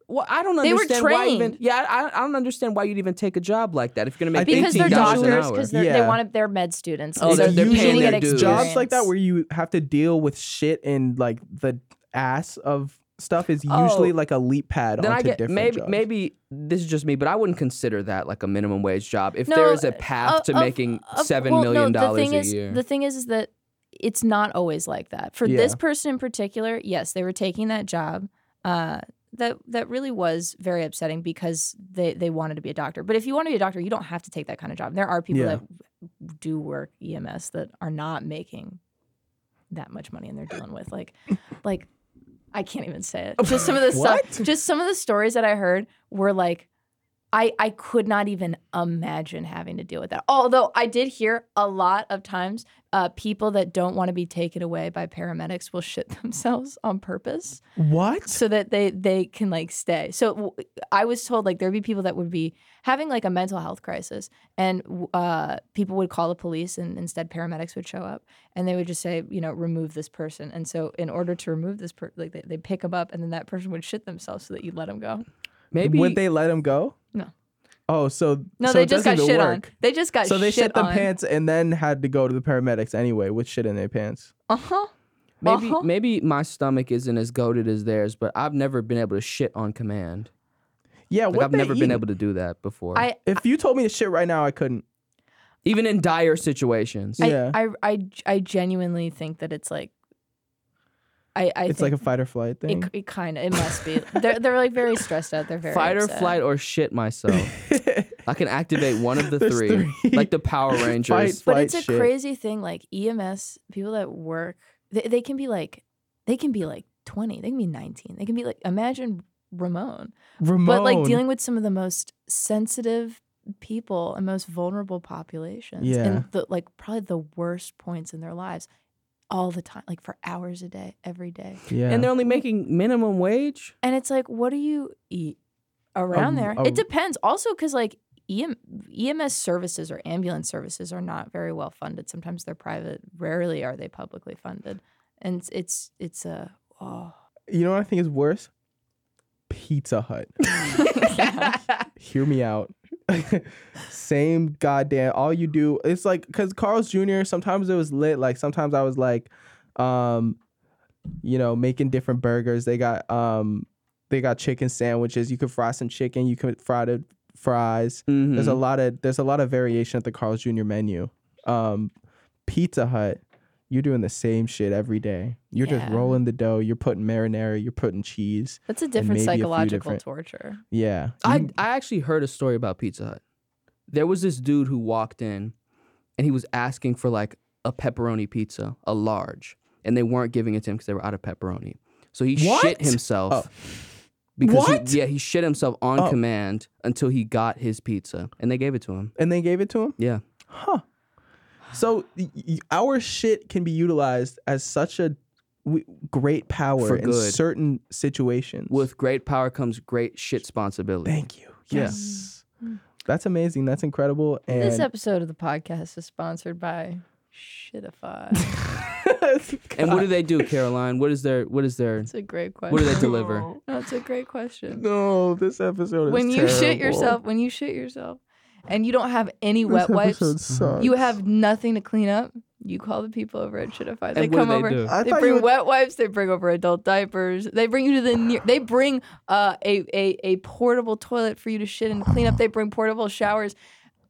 [SPEAKER 3] Well, I don't
[SPEAKER 4] They were
[SPEAKER 3] understand why even.
[SPEAKER 4] trained.
[SPEAKER 3] Yeah, I, I don't understand why you'd even take a job like that if you're gonna
[SPEAKER 1] I
[SPEAKER 3] make
[SPEAKER 1] think
[SPEAKER 2] because
[SPEAKER 1] he
[SPEAKER 2] they're
[SPEAKER 3] $18
[SPEAKER 1] got
[SPEAKER 3] an
[SPEAKER 1] it.
[SPEAKER 2] doctors
[SPEAKER 3] hour.
[SPEAKER 2] because they're,
[SPEAKER 1] Yeah.
[SPEAKER 2] they want to, they're med students.
[SPEAKER 3] Oh,
[SPEAKER 2] so
[SPEAKER 3] they're- they're
[SPEAKER 2] usually
[SPEAKER 3] paying
[SPEAKER 2] get
[SPEAKER 3] their dues.
[SPEAKER 1] jobs like that
[SPEAKER 2] experience.
[SPEAKER 1] where you have to deal with shit and like the ass of stuff is
[SPEAKER 3] Oh.
[SPEAKER 1] usually like a leap pad
[SPEAKER 3] Then
[SPEAKER 1] onto
[SPEAKER 3] I get
[SPEAKER 1] different
[SPEAKER 3] maybe
[SPEAKER 1] jobs.
[SPEAKER 3] maybe this is just me, but I wouldn't consider that like a minimum wage job if
[SPEAKER 2] No,
[SPEAKER 3] there is a path
[SPEAKER 2] Uh,
[SPEAKER 3] to
[SPEAKER 2] of-
[SPEAKER 3] making
[SPEAKER 2] of-
[SPEAKER 3] seven
[SPEAKER 2] well,
[SPEAKER 3] million
[SPEAKER 2] no, the
[SPEAKER 3] dollars
[SPEAKER 2] thing
[SPEAKER 3] a
[SPEAKER 2] is,
[SPEAKER 3] year.
[SPEAKER 2] The thing is, is that it's not always like that. For
[SPEAKER 1] Yeah.
[SPEAKER 2] this person in particular, yes, they were taking that job. Uh, that that really was very upsetting because they they wanted to be a doctor. But if you want to be a doctor, you don't have to take that kind of job. There are people
[SPEAKER 1] Yeah.
[SPEAKER 2] that do work EMS that are not making that much money, and they're dealing with like like I can't even say it. Just some of the
[SPEAKER 1] What?
[SPEAKER 2] stuff. Just some of the stories that I heard were like, I I could not even imagine having to deal with that. Although I did hear a lot of times, uh, people that don't want to be taken away by paramedics will shit themselves on purpose
[SPEAKER 1] what?
[SPEAKER 2] so that they they can like stay. So w- I was told like there'd be people that would be having like a mental health crisis, and w- uh, people would call the police, and instead paramedics would show up, and they would just say, you know, remove this person. And so in order to remove this person, like they they pick them up, and then that person would shit themselves so that you let them go.
[SPEAKER 3] maybe
[SPEAKER 1] would they let him go?
[SPEAKER 2] No.
[SPEAKER 1] Oh, so
[SPEAKER 2] No,
[SPEAKER 1] so
[SPEAKER 2] they
[SPEAKER 1] it
[SPEAKER 2] just got
[SPEAKER 1] doesn't even
[SPEAKER 2] shit on.
[SPEAKER 1] work.
[SPEAKER 2] They just got
[SPEAKER 1] So they
[SPEAKER 2] shit
[SPEAKER 1] shit them
[SPEAKER 2] on.
[SPEAKER 1] pants and then had to go to the paramedics anyway with shit in their pants.
[SPEAKER 2] Uh huh.
[SPEAKER 3] maybe
[SPEAKER 2] Uh-huh.
[SPEAKER 3] maybe my stomach isn't as goaded as theirs, but I've never been able to shit on command.
[SPEAKER 1] Yeah,
[SPEAKER 3] Like
[SPEAKER 1] what
[SPEAKER 3] I've never
[SPEAKER 1] they
[SPEAKER 3] been
[SPEAKER 1] eat?
[SPEAKER 3] able to do that before.
[SPEAKER 2] I
[SPEAKER 1] If you told me to shit right now, I couldn't.
[SPEAKER 3] Even in dire situations.
[SPEAKER 1] I- Yeah.
[SPEAKER 2] I, I I genuinely think that it's like. I, I
[SPEAKER 1] it's
[SPEAKER 2] think
[SPEAKER 1] like a fight or flight thing.
[SPEAKER 2] It, it kind of it must be. they're they're like very stressed out. They're very
[SPEAKER 3] Fight or
[SPEAKER 2] upset.
[SPEAKER 3] flight or shit myself. I can activate one of the
[SPEAKER 1] There's
[SPEAKER 3] three,
[SPEAKER 1] three.
[SPEAKER 3] like the Power Rangers.
[SPEAKER 1] Fight.
[SPEAKER 2] But it's a
[SPEAKER 1] shit.
[SPEAKER 2] crazy thing. Like EMS people that work, they, they can be like, they can be like twenty. They can be nineteen. They can be like imagine Ramon,
[SPEAKER 1] Ramon.
[SPEAKER 2] but like dealing with some of the most sensitive people and most vulnerable populations,
[SPEAKER 1] Yeah.
[SPEAKER 2] and the, like probably the worst points in their lives, all the time, like for hours a day, every day.
[SPEAKER 1] yeah.
[SPEAKER 3] And they're only making minimum wage.
[SPEAKER 2] And it's like, what do you eat around
[SPEAKER 1] A-
[SPEAKER 2] there?
[SPEAKER 1] Um, a-
[SPEAKER 2] it depends. Also, because like E EM, EMS services or ambulance services are not very well funded. Sometimes they're private. Rarely are they publicly funded. And it's it's, it's a oh.
[SPEAKER 1] you know what I think is worse? Pizza Hut. Hear me out. Same goddamn. All you do, it's like because Carl's Jr. Sometimes it was lit. Like sometimes I was like, um, you know, making different burgers. They got um, they got chicken sandwiches. You could fry some chicken. You could fry the fries.
[SPEAKER 3] Mm-hmm.
[SPEAKER 1] There's a lot of there's a lot of variation at the Carl's Jr. menu. Um, Pizza Hut, you're doing the same shit every day. You're just
[SPEAKER 2] Yeah.
[SPEAKER 1] rolling the dough. You're putting marinara. You're putting cheese.
[SPEAKER 2] That's a
[SPEAKER 1] maybe
[SPEAKER 2] different
[SPEAKER 1] a few
[SPEAKER 2] psychological
[SPEAKER 1] different-
[SPEAKER 2] torture.
[SPEAKER 1] Yeah.
[SPEAKER 3] I,
[SPEAKER 1] You-
[SPEAKER 3] I actually heard a story about Pizza Hut. There was this dude who walked in and he was asking for like a pepperoni pizza, a large, and they weren't giving it to him because they were out of pepperoni. So he
[SPEAKER 1] What?
[SPEAKER 3] shit himself.
[SPEAKER 1] Oh.
[SPEAKER 3] Because
[SPEAKER 1] What?
[SPEAKER 3] He, yeah, he shit himself on
[SPEAKER 1] Oh.
[SPEAKER 3] command until he got his pizza and they gave it to him.
[SPEAKER 1] and they gave it to him.
[SPEAKER 3] Yeah.
[SPEAKER 1] Huh. So y- y- our shit can be utilized as such a w- great power
[SPEAKER 3] For
[SPEAKER 1] in
[SPEAKER 3] good.
[SPEAKER 1] certain situations.
[SPEAKER 3] With great power comes great shit responsibility.
[SPEAKER 1] thank you.
[SPEAKER 3] Yeah.
[SPEAKER 1] Yes. That's amazing. That's incredible. And
[SPEAKER 2] this episode of the podcast is sponsored by Shitify.
[SPEAKER 3] And what do they do, Caroline? What is their what is their
[SPEAKER 2] It's a great question.
[SPEAKER 3] what do they deliver?
[SPEAKER 2] No, it's a great question.
[SPEAKER 1] No, this episode is
[SPEAKER 2] when you shit
[SPEAKER 1] terrible.
[SPEAKER 2] yourself, when you shit yourself, and you don't have any
[SPEAKER 1] This
[SPEAKER 2] wet wipes,
[SPEAKER 1] episode sucks.
[SPEAKER 2] You have nothing to clean up. You call the people over at Shitify. They
[SPEAKER 3] And what
[SPEAKER 2] come
[SPEAKER 3] do they
[SPEAKER 2] over.
[SPEAKER 3] do?
[SPEAKER 1] I
[SPEAKER 2] They
[SPEAKER 1] thought you
[SPEAKER 2] bring
[SPEAKER 1] would-
[SPEAKER 2] wet wipes. They bring over adult diapers. They bring you to the near. They bring uh, a, a a portable toilet for you to shit and clean up. They bring portable showers.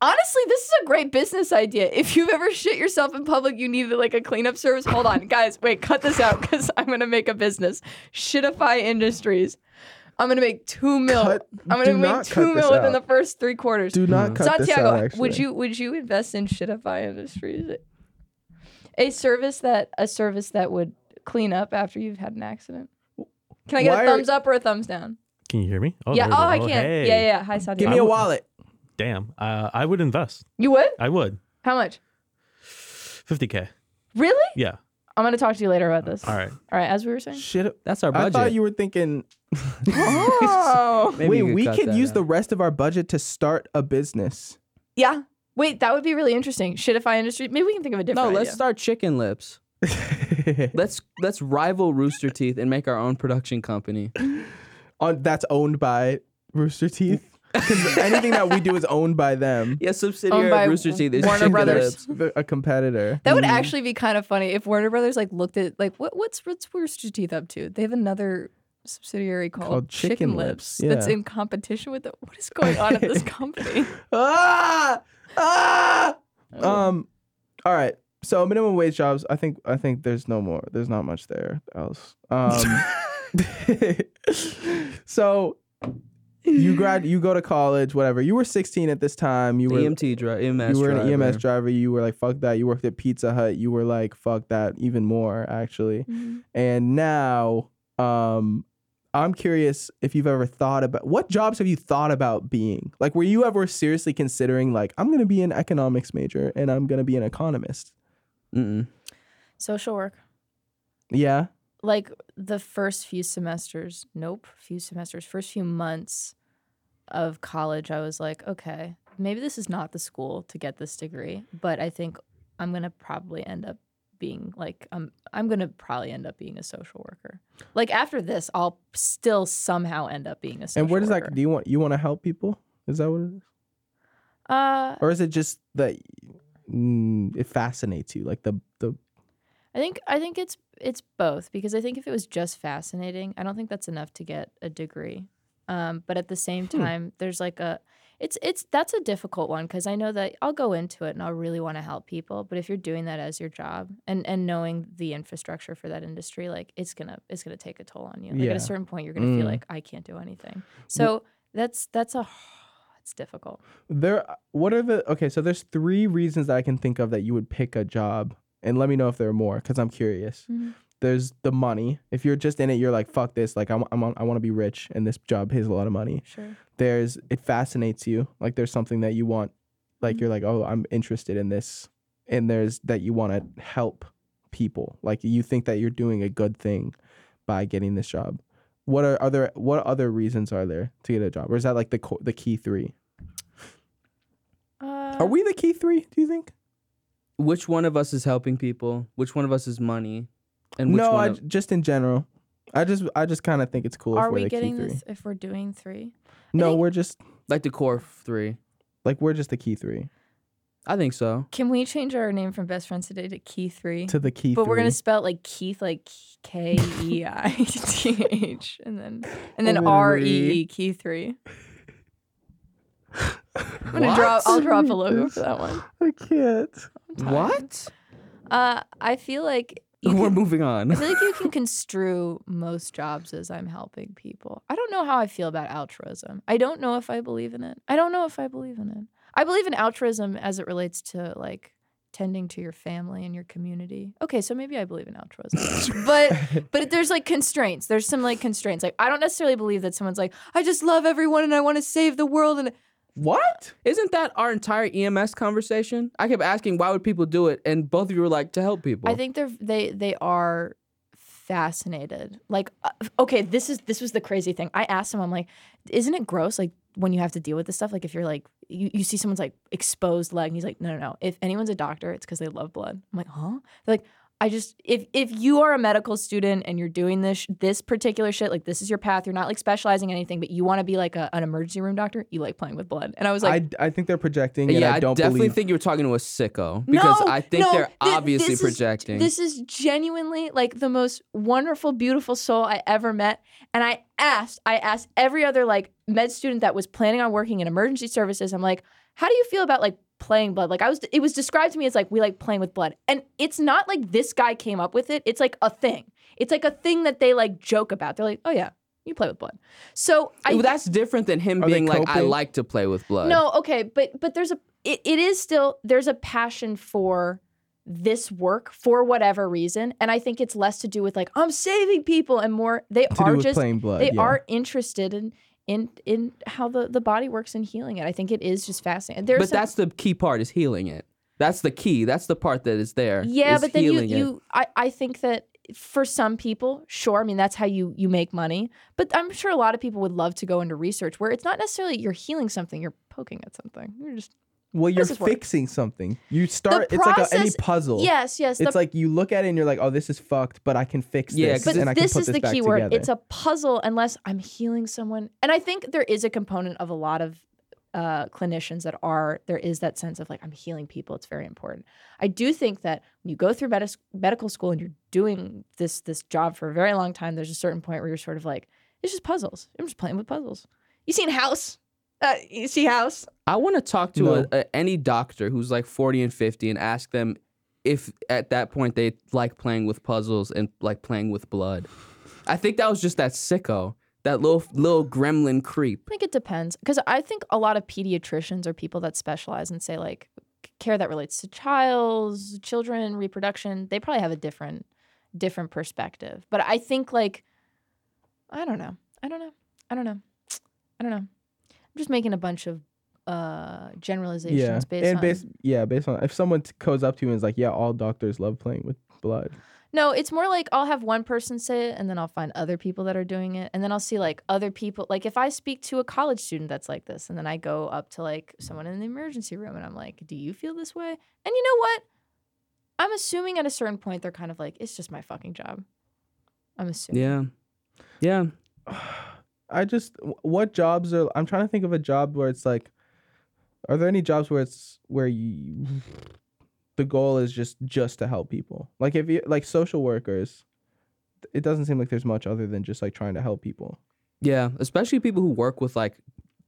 [SPEAKER 2] Honestly, this is a great business idea. If you've ever shit yourself in public, you needed like a cleanup service. Hold on, guys, wait, cut this out because I'm gonna make a business. Shitify Industries. I'm gonna make two mil.
[SPEAKER 1] Cut-
[SPEAKER 2] I'm
[SPEAKER 1] do
[SPEAKER 2] gonna make
[SPEAKER 1] not cut
[SPEAKER 2] two
[SPEAKER 1] this
[SPEAKER 2] mil within
[SPEAKER 1] out.
[SPEAKER 2] the first three quarters.
[SPEAKER 1] Do
[SPEAKER 3] Mm-hmm.
[SPEAKER 1] not cut this out.
[SPEAKER 2] Santiago,
[SPEAKER 1] Actually.
[SPEAKER 2] would you would you invest in Shitify Industries? A service that a service that would clean up after you've had an accident. Can I get
[SPEAKER 1] Why
[SPEAKER 2] a
[SPEAKER 1] are-
[SPEAKER 2] thumbs up or a thumbs down?
[SPEAKER 5] Can you hear me? Oh,
[SPEAKER 2] yeah.
[SPEAKER 5] there
[SPEAKER 2] Oh,
[SPEAKER 5] we
[SPEAKER 2] I
[SPEAKER 5] go.
[SPEAKER 2] can't.
[SPEAKER 5] Hey.
[SPEAKER 2] Yeah, yeah, yeah. Hi, Santiago.
[SPEAKER 1] give me a wallet?
[SPEAKER 5] Damn. Uh, I would invest.
[SPEAKER 2] You would?
[SPEAKER 5] I would.
[SPEAKER 2] How much?
[SPEAKER 5] 50K.
[SPEAKER 2] Really?
[SPEAKER 5] Yeah.
[SPEAKER 2] I'm gonna talk to you later about this.
[SPEAKER 5] All right.
[SPEAKER 2] All right. As we were saying.
[SPEAKER 1] Shit.
[SPEAKER 3] That's our
[SPEAKER 1] I
[SPEAKER 3] budget.
[SPEAKER 1] thought you were thinking.
[SPEAKER 2] Oh.
[SPEAKER 3] Maybe
[SPEAKER 1] Wait,
[SPEAKER 3] you could
[SPEAKER 1] we
[SPEAKER 3] cut
[SPEAKER 1] could
[SPEAKER 3] that
[SPEAKER 1] use
[SPEAKER 3] out.
[SPEAKER 1] the rest of our budget to start a business.
[SPEAKER 2] yeah. Wait, that would be really interesting. Shitify Industries. Maybe we can think of a
[SPEAKER 3] No,
[SPEAKER 2] different.
[SPEAKER 3] let's
[SPEAKER 2] idea.
[SPEAKER 3] start Chicken Lips. let's let's rival Rooster Teeth and make our own production company.
[SPEAKER 1] on that's owned by Rooster Teeth. 'Cause anything that we do is owned by them.
[SPEAKER 3] Yeah, subsidiary
[SPEAKER 6] Owned by
[SPEAKER 3] of Rooster Teeth. They
[SPEAKER 6] Warner
[SPEAKER 3] should get
[SPEAKER 6] Brothers.
[SPEAKER 3] a-
[SPEAKER 1] They're a competitor.
[SPEAKER 6] That would actually be kind of funny if Warner Brothers like looked at like what what's what's Rooster Teeth up to? They have another subsidiary called,
[SPEAKER 1] Called
[SPEAKER 6] Chicken,
[SPEAKER 1] Chicken
[SPEAKER 6] Lips,
[SPEAKER 1] Lips,
[SPEAKER 6] that's
[SPEAKER 1] yeah.
[SPEAKER 6] in competition with the, what is going on at this company?
[SPEAKER 1] ah! Ah!
[SPEAKER 3] Oh.
[SPEAKER 1] Um all right. So minimum wage jobs, I think I think there's no more. There's not much there else. Um So you grad you go to college, whatever. You were 16 at this time. You were
[SPEAKER 3] EMT driver. EMS
[SPEAKER 1] you were an EMS
[SPEAKER 3] E driver.
[SPEAKER 1] driver. You were like, fuck that. You worked at Pizza Hut. You were like, fuck that, even more actually.
[SPEAKER 2] Mm-hmm.
[SPEAKER 1] And now, um, I'm curious if you've ever thought about what jobs have you thought about being? Like, were you ever seriously considering like, I'm gonna be an economics major and I'm gonna be an economist?
[SPEAKER 3] Mm-mm.
[SPEAKER 2] Social work.
[SPEAKER 1] Yeah.
[SPEAKER 2] Like the first few semesters, nope, few semesters, first few months of college, I was like, okay, maybe this is not the school to get this degree, but I think I'm going to probably end up being like, um, I'm going to probably end up being a social worker. Like after this, I'll still somehow end up being a social
[SPEAKER 1] and where does
[SPEAKER 2] worker.
[SPEAKER 1] that? Do you want you want to help people? Is that what it is,
[SPEAKER 2] Uh,
[SPEAKER 1] or is it just that mm, it fascinates you, like the the
[SPEAKER 2] I think I think it's it's both because I think if it was just fascinating, I don't think that's enough to get a degree. Um, but at the same
[SPEAKER 1] Hmm.
[SPEAKER 2] time, there's like a it's it's that's a difficult one because I know that I'll go into it and I'll really want to help people. But if you're doing that as your job and and knowing the infrastructure for that industry, like it's gonna it's gonna take a toll on you. Like at
[SPEAKER 1] Yeah.
[SPEAKER 2] a certain point, you're gonna feel
[SPEAKER 1] Mm.
[SPEAKER 2] like I can't do anything. So that's that's a it's difficult.
[SPEAKER 1] There, what are the okay? So there's three reasons that I can think of that you would pick a job, and let me know if there are more because I'm curious.
[SPEAKER 2] Mhm.
[SPEAKER 1] There's the money. If you're just in it, you're like, fuck this. Like, I'm, I'm on- I want to be rich, and this job pays a lot of money.
[SPEAKER 2] Sure.
[SPEAKER 1] There's it fascinates you. Like, there's something that you want. Like,
[SPEAKER 2] Mhm.
[SPEAKER 1] you're like, oh, I'm interested in this, and there's that you want to help people. Like, you think that you're doing a good thing by getting this job. What are other what other reasons are there to get a job, or is that like the co- the key three?
[SPEAKER 2] Uh,
[SPEAKER 1] Are we the key three? Do you think?
[SPEAKER 3] Which one of us is helping people? Which one of us is money? And which
[SPEAKER 1] no,
[SPEAKER 3] one
[SPEAKER 1] I,
[SPEAKER 3] of-
[SPEAKER 1] just in general. I just I just kind of think it's cool
[SPEAKER 2] Are
[SPEAKER 1] if we're
[SPEAKER 2] we
[SPEAKER 1] the
[SPEAKER 2] getting
[SPEAKER 1] key three.
[SPEAKER 2] this if we're doing three?
[SPEAKER 1] no,
[SPEAKER 2] think-
[SPEAKER 1] we're just
[SPEAKER 3] like the core three.
[SPEAKER 1] like we're just the key three
[SPEAKER 3] I think so.
[SPEAKER 2] Can we change our name from best friends today to Key Three?
[SPEAKER 1] to the key.
[SPEAKER 2] but
[SPEAKER 1] three.
[SPEAKER 2] we're gonna spell it like Keith, like K E I T H, and then and then R E E Key Three.
[SPEAKER 3] I'm
[SPEAKER 6] I'm gonna drop I'll drop a logo for that one.
[SPEAKER 1] I can't.
[SPEAKER 3] What?
[SPEAKER 2] Uh, I feel like you
[SPEAKER 3] We're
[SPEAKER 2] can,
[SPEAKER 3] moving
[SPEAKER 2] I
[SPEAKER 3] on.
[SPEAKER 2] feel like you can construe most jobs as I'm helping people. I don't know how I feel about altruism. I don't know if I believe in it. I don't know if I believe in it. I believe in altruism as it relates to like tending to your family and your community. Okay, so maybe I believe in altruism. but but there's like constraints. There's some like constraints. Like I don't necessarily believe that someone's like, I just love everyone and I want to save the world and
[SPEAKER 1] What?
[SPEAKER 3] Isn't that our entire EMS conversation? I kept asking why would people do it, and both of you were like to help people.
[SPEAKER 2] I think they're they they are fascinated. Like uh, okay, this is this was the crazy thing. I asked him I'm like, isn't it gross like when you have to deal with this stuff like if you're like you, you see someone's like exposed leg and he's like, "No, no, no. If anyone's a doctor, it's cuz they love blood." I'm like, "Huh?" They're like I just if if you are a medical student and you're doing this sh- this particular shit like this is your path you're not like specializing in anything but you want to be like a, an emergency room doctor you like playing with blood and I was like
[SPEAKER 1] I I think they're projecting. and
[SPEAKER 3] yeah,
[SPEAKER 1] I don't
[SPEAKER 3] definitely
[SPEAKER 1] believe.
[SPEAKER 3] think you were talking to a sicko because
[SPEAKER 2] No,
[SPEAKER 3] I think
[SPEAKER 2] no,
[SPEAKER 3] they're
[SPEAKER 2] thi-
[SPEAKER 3] obviously
[SPEAKER 2] this is-
[SPEAKER 3] projecting.
[SPEAKER 2] This is genuinely like the most wonderful, beautiful soul I ever met. And I asked, I asked every other like med student that was planning on working in emergency services, I'm like, how do you feel about like playing blood? Like I was it was described to me as like we like playing with blood. And it's not like this guy came up with it. It's like a thing. It's like a thing that they like joke about. They're like, oh yeah, you play with blood. So I
[SPEAKER 3] Well, that's different than him
[SPEAKER 1] Are they
[SPEAKER 3] being like, I
[SPEAKER 1] coping?
[SPEAKER 3] like to play with blood.
[SPEAKER 2] no, okay, but but there's a it, it is still there's a passion for this work for whatever reason, and I think it's less to do with like I'm saving people and more they
[SPEAKER 1] to
[SPEAKER 2] are
[SPEAKER 1] do with
[SPEAKER 2] just
[SPEAKER 1] playing blood.
[SPEAKER 2] they
[SPEAKER 1] yeah.
[SPEAKER 2] are interested in in in how the the body works and healing it. I think it is just fascinating. There's
[SPEAKER 3] but
[SPEAKER 2] some-
[SPEAKER 3] that's the key part is healing it. That's the key. That's the part that is there.
[SPEAKER 2] yeah,
[SPEAKER 3] is
[SPEAKER 2] but then you
[SPEAKER 3] healing it.
[SPEAKER 2] you I I think that for some people, sure, I mean that's how you you make money, but I'm sure a lot of people would love to go into research where it's not necessarily you're healing something, you're poking at something. You're just
[SPEAKER 1] Well, you're
[SPEAKER 2] does this work?
[SPEAKER 1] fixing something. You start. it's like a, any
[SPEAKER 2] process-
[SPEAKER 1] puzzle.
[SPEAKER 2] Yes, yes.
[SPEAKER 1] It's like you look at it and you're like, oh, this is fucked, but I can fix
[SPEAKER 3] Yeah,
[SPEAKER 1] this
[SPEAKER 3] But
[SPEAKER 1] and I
[SPEAKER 2] but
[SPEAKER 1] can
[SPEAKER 2] this
[SPEAKER 1] put
[SPEAKER 2] is
[SPEAKER 1] this
[SPEAKER 2] the
[SPEAKER 1] back
[SPEAKER 2] key word.
[SPEAKER 1] together.
[SPEAKER 2] It's a puzzle unless I'm healing someone. And I think there is a component of a lot of uh, clinicians that are, there is that sense of like, I'm healing people. It's very important. I do think that when you go through medis- medical school and you're doing this this job for a very long time, there's a certain point where you're sort of like, it's just puzzles. I'm just playing with puzzles. You seen House? Uh, you see House?
[SPEAKER 3] I want to talk to a-
[SPEAKER 1] No.
[SPEAKER 3] a- any doctor who's like 40 and 50 and ask them if at that point they like playing with puzzles and like playing with blood. I think that was just that sicko, that little little gremlin creep.
[SPEAKER 2] I think it depends because I think a lot of pediatricians are people that specialize and say like c- care that relates to child's children reproduction. They probably have a different different perspective. But I think like I don't know. I don't know. I don't know. I don't know. I'm just making a bunch of uh generalizations
[SPEAKER 1] yeah,
[SPEAKER 2] based
[SPEAKER 1] and
[SPEAKER 2] on
[SPEAKER 1] based yeah, based on if someone t- goes up to you and is like, yeah, all doctors love playing with blood.
[SPEAKER 2] No, it's more like I'll have one person say it and then I'll find other people that are doing it. And then I'll see like other people. Like if I speak to a college student that's like this, and then I go up to like someone in the emergency room and I'm like, do you feel this way? And you know what? I'm assuming at a certain point they're kind of like, it's just my fucking job. I'm assuming.
[SPEAKER 3] Yeah. Yeah.
[SPEAKER 1] I just wh- what jobs are I'm trying to think of a job where it's like are there any jobs where it's where you the goal is just just to help people? Like if you like social workers, it doesn't seem like there's much other than just like trying to help people.
[SPEAKER 3] Yeah, especially people who work with like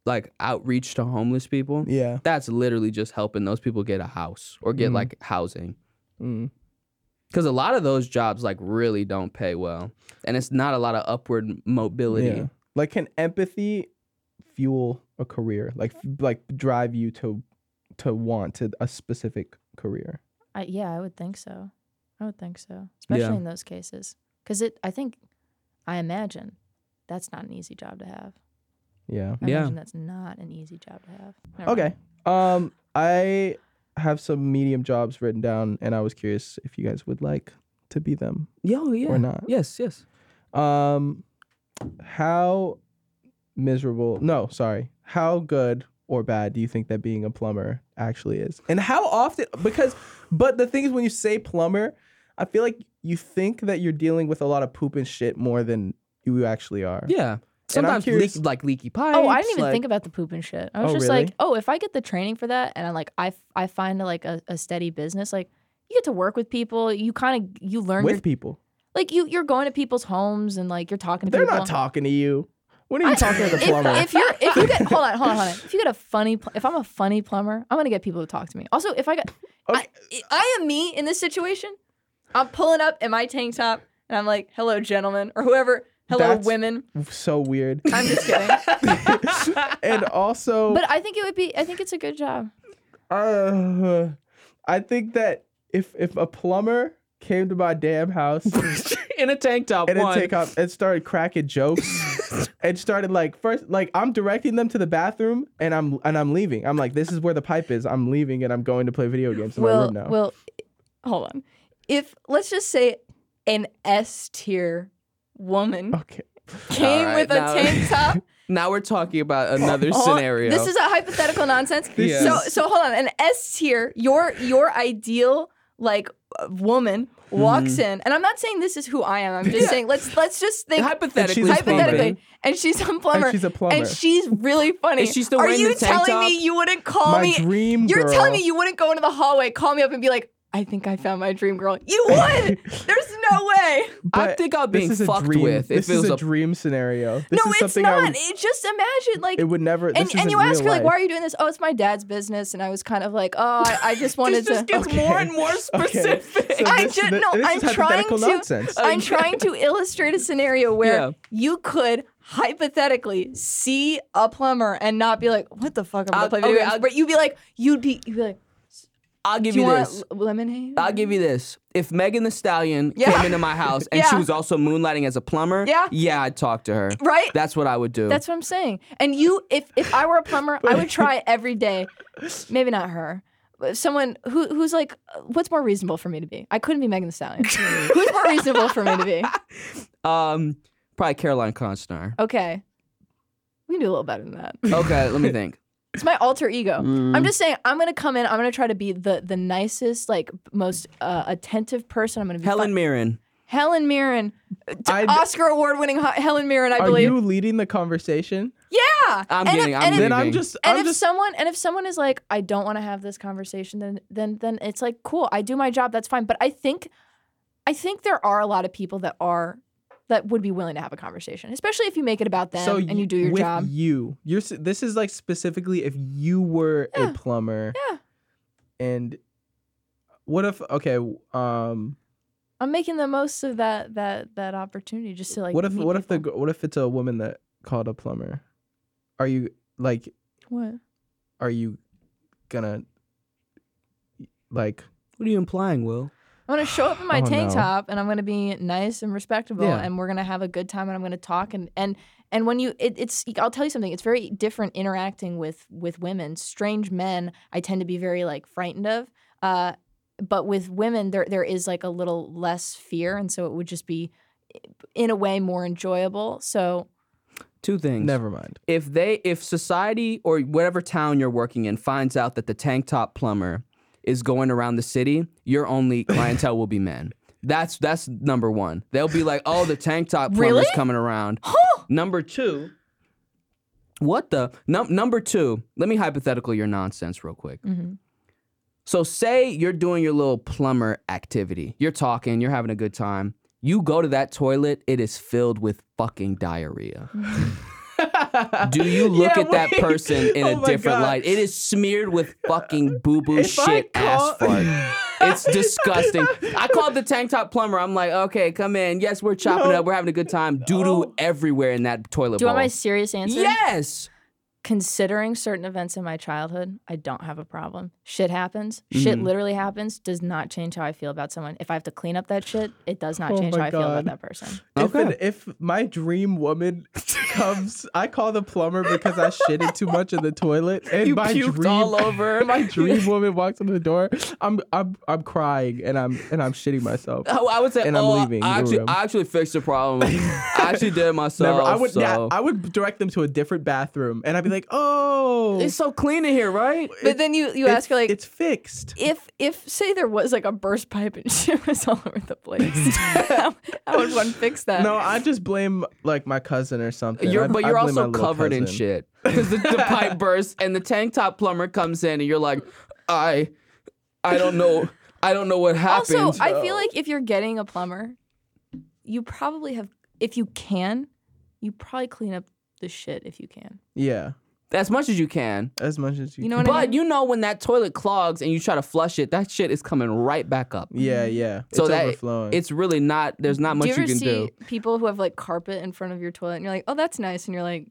[SPEAKER 3] like outreach to homeless people.
[SPEAKER 1] Yeah.
[SPEAKER 3] That's literally just helping those people get a house or get
[SPEAKER 1] Mhm.
[SPEAKER 3] like housing.
[SPEAKER 1] Mm.
[SPEAKER 3] because a lot of those jobs like really don't pay well and it's not a lot of upward mobility
[SPEAKER 1] Yeah. Like can empathy fuel a career? Like f- like drive you to to want to a specific career.
[SPEAKER 2] I, yeah, I would think so. I would think so, especially
[SPEAKER 3] Yeah.
[SPEAKER 2] in those cases. Because it, I think, I imagine that's not an easy job to have.
[SPEAKER 1] Yeah.
[SPEAKER 2] I
[SPEAKER 3] Yeah.
[SPEAKER 2] imagine that's not an easy job to have. Never mind.
[SPEAKER 1] Okay. Um, I have some medium jobs written down, and I was curious if you guys would like to be them
[SPEAKER 3] yo yeah
[SPEAKER 1] or not.
[SPEAKER 3] yes yes
[SPEAKER 1] Um, how miserable? No, sorry. How good or bad do you think that being a plumber actually is? And how often? Because, but the thing is, when you say plumber, I feel like you think that you're dealing with a lot of poop and shit more than you actually are.
[SPEAKER 3] yeah sometimes leak,
[SPEAKER 1] curious-
[SPEAKER 3] like leaky pipes
[SPEAKER 2] Oh, I didn't even
[SPEAKER 3] like-
[SPEAKER 2] think about the poop and shit. I was
[SPEAKER 1] Oh,
[SPEAKER 2] just
[SPEAKER 1] really?
[SPEAKER 2] like, oh, if I get the training for that, and I'm like, I, f- I find like a, a steady business, like you get to work with people. You kind of you learn your,
[SPEAKER 1] With people,
[SPEAKER 2] like you you're going to people's homes and like you're talking to
[SPEAKER 1] they're
[SPEAKER 2] people.
[SPEAKER 1] not talking to you. When are you talking to the
[SPEAKER 2] If,
[SPEAKER 1] plumber?
[SPEAKER 2] if you're if you get hold on hold on hold on if you get a funny pl- if I'm a funny plumber I'm gonna get people to talk to me. Also, if I got
[SPEAKER 1] Okay.
[SPEAKER 2] I, I am me in this situation. I'm pulling up in my tank top and I'm like, hello, gentlemen, or whoever. Hello,
[SPEAKER 1] That's-
[SPEAKER 2] women.
[SPEAKER 1] so weird.
[SPEAKER 2] I'm just kidding.
[SPEAKER 1] and also,
[SPEAKER 2] but I think it would be. I think it's a good job.
[SPEAKER 1] uh, I think that if if a plumber came to my damn house
[SPEAKER 3] in a tank top
[SPEAKER 1] and then
[SPEAKER 3] one
[SPEAKER 1] take off and started cracking jokes and started like first like I'm directing them to the bathroom and I'm and I'm leaving. I'm like, this is where the pipe is. I'm leaving and I'm going to play video games in my
[SPEAKER 2] Well,
[SPEAKER 1] room now.
[SPEAKER 2] well, hold on. If let's just say an S tier woman
[SPEAKER 1] okay.
[SPEAKER 2] came
[SPEAKER 3] All right,
[SPEAKER 2] with
[SPEAKER 3] now-
[SPEAKER 2] a tank top,
[SPEAKER 3] now we're talking about another
[SPEAKER 2] hold on,
[SPEAKER 3] scenario
[SPEAKER 2] oh, This is a hypothetical nonsense.
[SPEAKER 3] This
[SPEAKER 2] So,
[SPEAKER 3] is-
[SPEAKER 2] so hold on. An S tier, your your ideal like uh, woman walks
[SPEAKER 1] Mm-hmm.
[SPEAKER 2] in, and I'm not saying this is who I am. I'm just saying let's let's just think
[SPEAKER 3] hypothetically
[SPEAKER 1] And she's a plumber.
[SPEAKER 2] hypothetically, and she's a plumber,
[SPEAKER 1] she's a plumber.
[SPEAKER 2] and she's really funny.
[SPEAKER 3] Is she still
[SPEAKER 2] Are
[SPEAKER 3] wearing
[SPEAKER 2] you
[SPEAKER 3] the tank
[SPEAKER 2] telling
[SPEAKER 3] top?
[SPEAKER 2] me you wouldn't call
[SPEAKER 1] My
[SPEAKER 2] me?
[SPEAKER 1] dream
[SPEAKER 2] You're telling
[SPEAKER 1] girl.
[SPEAKER 2] me you wouldn't go into the hallway, call me up, and be like, "I think I found my dream girl." You would. There's no way.
[SPEAKER 3] i
[SPEAKER 1] But
[SPEAKER 3] think i'm being
[SPEAKER 1] this is
[SPEAKER 3] fucked
[SPEAKER 1] a dream,
[SPEAKER 3] with if
[SPEAKER 1] this
[SPEAKER 3] it was
[SPEAKER 1] is
[SPEAKER 3] a,
[SPEAKER 1] a, dream scenario. This is
[SPEAKER 2] no, it's
[SPEAKER 1] something I
[SPEAKER 2] not.
[SPEAKER 1] would,
[SPEAKER 2] It just imagine like.
[SPEAKER 1] it would never.
[SPEAKER 2] and,
[SPEAKER 1] this
[SPEAKER 2] and
[SPEAKER 1] isn't
[SPEAKER 2] you ask
[SPEAKER 1] real
[SPEAKER 2] her like,
[SPEAKER 1] life.
[SPEAKER 2] why are you doing this? Oh, it's my dad's business, and I was kind of like, oh, I, I just wanted
[SPEAKER 3] this just
[SPEAKER 2] to.
[SPEAKER 3] gets
[SPEAKER 1] Okay.
[SPEAKER 3] more and more
[SPEAKER 1] Okay.
[SPEAKER 3] specific
[SPEAKER 1] So
[SPEAKER 2] I
[SPEAKER 1] this-
[SPEAKER 2] just
[SPEAKER 1] th-
[SPEAKER 2] no.
[SPEAKER 1] this is
[SPEAKER 2] I'm trying
[SPEAKER 1] hypothetical
[SPEAKER 2] to.
[SPEAKER 1] nonsense.
[SPEAKER 2] I'm trying to illustrate a scenario where
[SPEAKER 3] Yeah.
[SPEAKER 2] you could hypothetically see a plumber and not be like, "What the fuck?" I'm
[SPEAKER 3] I'll-
[SPEAKER 2] gonna play video
[SPEAKER 3] okay,
[SPEAKER 2] games.
[SPEAKER 3] I'll-
[SPEAKER 2] but you'd be like, you'd be, you'd be like,
[SPEAKER 3] i'll give
[SPEAKER 2] "Do you
[SPEAKER 3] you
[SPEAKER 2] want
[SPEAKER 3] this
[SPEAKER 2] l- lemonade?"
[SPEAKER 3] I'll give you this. If Megan the Stallion
[SPEAKER 2] Yeah.
[SPEAKER 3] came into my house and she
[SPEAKER 2] Yeah.
[SPEAKER 3] was also moonlighting as a plumber,
[SPEAKER 2] Yeah.
[SPEAKER 3] yeah, I'd talk to her.
[SPEAKER 2] Right?
[SPEAKER 3] That's what I would do.
[SPEAKER 2] That's what I'm saying. And you, if if I were a plumber, I would try every day. Maybe not her. but Someone who who's like, uh, what's more reasonable for me to be? I couldn't be Megan Thee Stallion. who's more reasonable for me to be?
[SPEAKER 3] um probably Caroline Constar. Oh.
[SPEAKER 2] Okay, we can do a little better than that.
[SPEAKER 3] Okay, let me think.
[SPEAKER 2] It's my alter ego.
[SPEAKER 3] Mm.
[SPEAKER 2] I'm just saying I'm gonna come in. I'm gonna try to be the the nicest, like most uh, attentive person. I'm gonna be
[SPEAKER 3] Helen
[SPEAKER 2] fun-
[SPEAKER 3] Mirren.
[SPEAKER 2] Helen Mirren, uh, t-
[SPEAKER 1] I'd-
[SPEAKER 2] Oscar award winning Helen Mirren. I
[SPEAKER 1] Are
[SPEAKER 2] believe.
[SPEAKER 1] you leading the conversation?
[SPEAKER 2] yeah.
[SPEAKER 3] I'm
[SPEAKER 2] and
[SPEAKER 3] getting-
[SPEAKER 2] If,
[SPEAKER 3] I'm
[SPEAKER 2] and if-
[SPEAKER 1] Then I'm
[SPEAKER 3] Leading.
[SPEAKER 1] just.
[SPEAKER 2] and
[SPEAKER 1] I'm
[SPEAKER 2] if
[SPEAKER 1] just.
[SPEAKER 2] someone and if someone is like, I don't want to have this conversation, then then then it's like cool. I do my job. That's fine. But I think, I think there are a lot of people that are that would be willing to have a conversation, especially if you make it about them
[SPEAKER 1] so
[SPEAKER 2] and you do your
[SPEAKER 1] with
[SPEAKER 2] job.
[SPEAKER 1] You, you're. s- This is like specifically if you were
[SPEAKER 2] Yeah.
[SPEAKER 1] a plumber.
[SPEAKER 2] Yeah.
[SPEAKER 1] And what if? Okay. Um.
[SPEAKER 2] I'm making the most of that that that opportunity just to like.
[SPEAKER 1] what if?
[SPEAKER 2] meet
[SPEAKER 1] What if the?
[SPEAKER 2] people.
[SPEAKER 1] gr- What if it's a woman that called a plumber? Are you like?
[SPEAKER 2] what?
[SPEAKER 1] Are you gonna? Like.
[SPEAKER 3] What are you implying, Will?
[SPEAKER 2] I'm gonna show up in my
[SPEAKER 1] Oh,
[SPEAKER 2] tank
[SPEAKER 1] no.
[SPEAKER 2] top and I'm gonna be nice and respectable
[SPEAKER 1] Yeah.
[SPEAKER 2] and we're gonna have a good time and I'm gonna talk and and and when you it, it's I'll tell you something it's very different interacting with with women strange men I tend to be very like frightened of uh, but with women there there is like a little less fear and so it would just be in a way more enjoyable so
[SPEAKER 3] Two things.
[SPEAKER 1] Never mind.
[SPEAKER 3] if they if society or whatever town you're working in finds out that the tank top plumber is going around the city, your only clientele will be men. That's that's number one. They'll be like, oh, the tank top plumber's
[SPEAKER 2] Really?
[SPEAKER 3] coming around. number two. What the num- number two? Let me hypothetical your nonsense real quick.
[SPEAKER 1] Mm-hmm.
[SPEAKER 2] mhm.
[SPEAKER 3] So say you're doing your little plumber activity. You're talking, you're having a good time. You go to that toilet, it is filled with fucking diarrhea. Do you look
[SPEAKER 1] Yeah,
[SPEAKER 3] at that
[SPEAKER 1] wait.
[SPEAKER 3] person in
[SPEAKER 1] Oh
[SPEAKER 3] a
[SPEAKER 1] my
[SPEAKER 3] different
[SPEAKER 1] God.
[SPEAKER 3] light? It is smeared with fucking boo boo
[SPEAKER 1] If I
[SPEAKER 3] shit
[SPEAKER 1] call-
[SPEAKER 3] ass fart. It's disgusting. I called the tank top plumber. I'm like, okay, come in. Yes, we're chopping it up. We're having a good time. Doo doo everywhere in that toilet
[SPEAKER 2] do you
[SPEAKER 3] bowl.
[SPEAKER 2] want my serious answer
[SPEAKER 3] yes.
[SPEAKER 2] considering certain events in my childhood, I don't have a problem. Shit happens.
[SPEAKER 1] Mm-hmm.
[SPEAKER 2] Shit literally happens. Does not change how I feel about someone. If I have to clean up that shit, it does not
[SPEAKER 1] Oh
[SPEAKER 2] change
[SPEAKER 1] my
[SPEAKER 2] how I feel
[SPEAKER 1] God.
[SPEAKER 2] about that person.
[SPEAKER 1] If,
[SPEAKER 3] Okay.
[SPEAKER 1] an, if my dream woman comes, I call the plumber because I shitted too much in the toilet, and
[SPEAKER 3] You
[SPEAKER 1] my
[SPEAKER 3] puked
[SPEAKER 1] dream,
[SPEAKER 3] all over.
[SPEAKER 1] my dream woman walks in the door. I'm I'm I'm crying and I'm and I'm shitting myself.
[SPEAKER 3] Oh, I would say,
[SPEAKER 1] And I'm
[SPEAKER 3] oh,
[SPEAKER 1] leaving the
[SPEAKER 3] I actually,
[SPEAKER 1] room.
[SPEAKER 3] I actually fixed the problem. I actually did it myself.
[SPEAKER 1] Never. I would
[SPEAKER 3] so.
[SPEAKER 1] yeah, I would direct them to a different bathroom, and I'd be like, oh,
[SPEAKER 3] It's so clean in here, right?
[SPEAKER 2] But then you you
[SPEAKER 1] it's-
[SPEAKER 2] ask her like
[SPEAKER 1] it's fixed.
[SPEAKER 2] if if say there was like a burst pipe and shit was all over the place, how, how would one fix that?
[SPEAKER 1] No, I just blame like my cousin or something.
[SPEAKER 3] You're,
[SPEAKER 1] I-
[SPEAKER 3] but
[SPEAKER 1] I
[SPEAKER 3] you're
[SPEAKER 1] blame my
[SPEAKER 3] also
[SPEAKER 1] little
[SPEAKER 3] covered in
[SPEAKER 1] cousin.
[SPEAKER 3] shit because the, the pipe bursts and the tank top plumber comes in and you're like, I, I don't know, I don't know what happened.
[SPEAKER 2] Also, I feel like if you're getting a plumber, you probably have if you can, you probably clean up the shit if you can.
[SPEAKER 1] Yeah,
[SPEAKER 3] as much as you can.
[SPEAKER 1] as much as you.
[SPEAKER 2] You know
[SPEAKER 1] can.
[SPEAKER 2] what I mean?
[SPEAKER 3] But you know when that toilet clogs and you try to flush it, that shit is coming right back up.
[SPEAKER 1] Yeah, yeah.
[SPEAKER 3] Mm-hmm. So
[SPEAKER 1] it's
[SPEAKER 3] that-
[SPEAKER 1] overflowing.
[SPEAKER 3] It's really not. There's not much
[SPEAKER 2] do you
[SPEAKER 3] you,
[SPEAKER 2] ever
[SPEAKER 3] can
[SPEAKER 2] see
[SPEAKER 3] do.
[SPEAKER 2] people who have like carpet in front of your toilet and you're like, oh, that's nice? And you're like,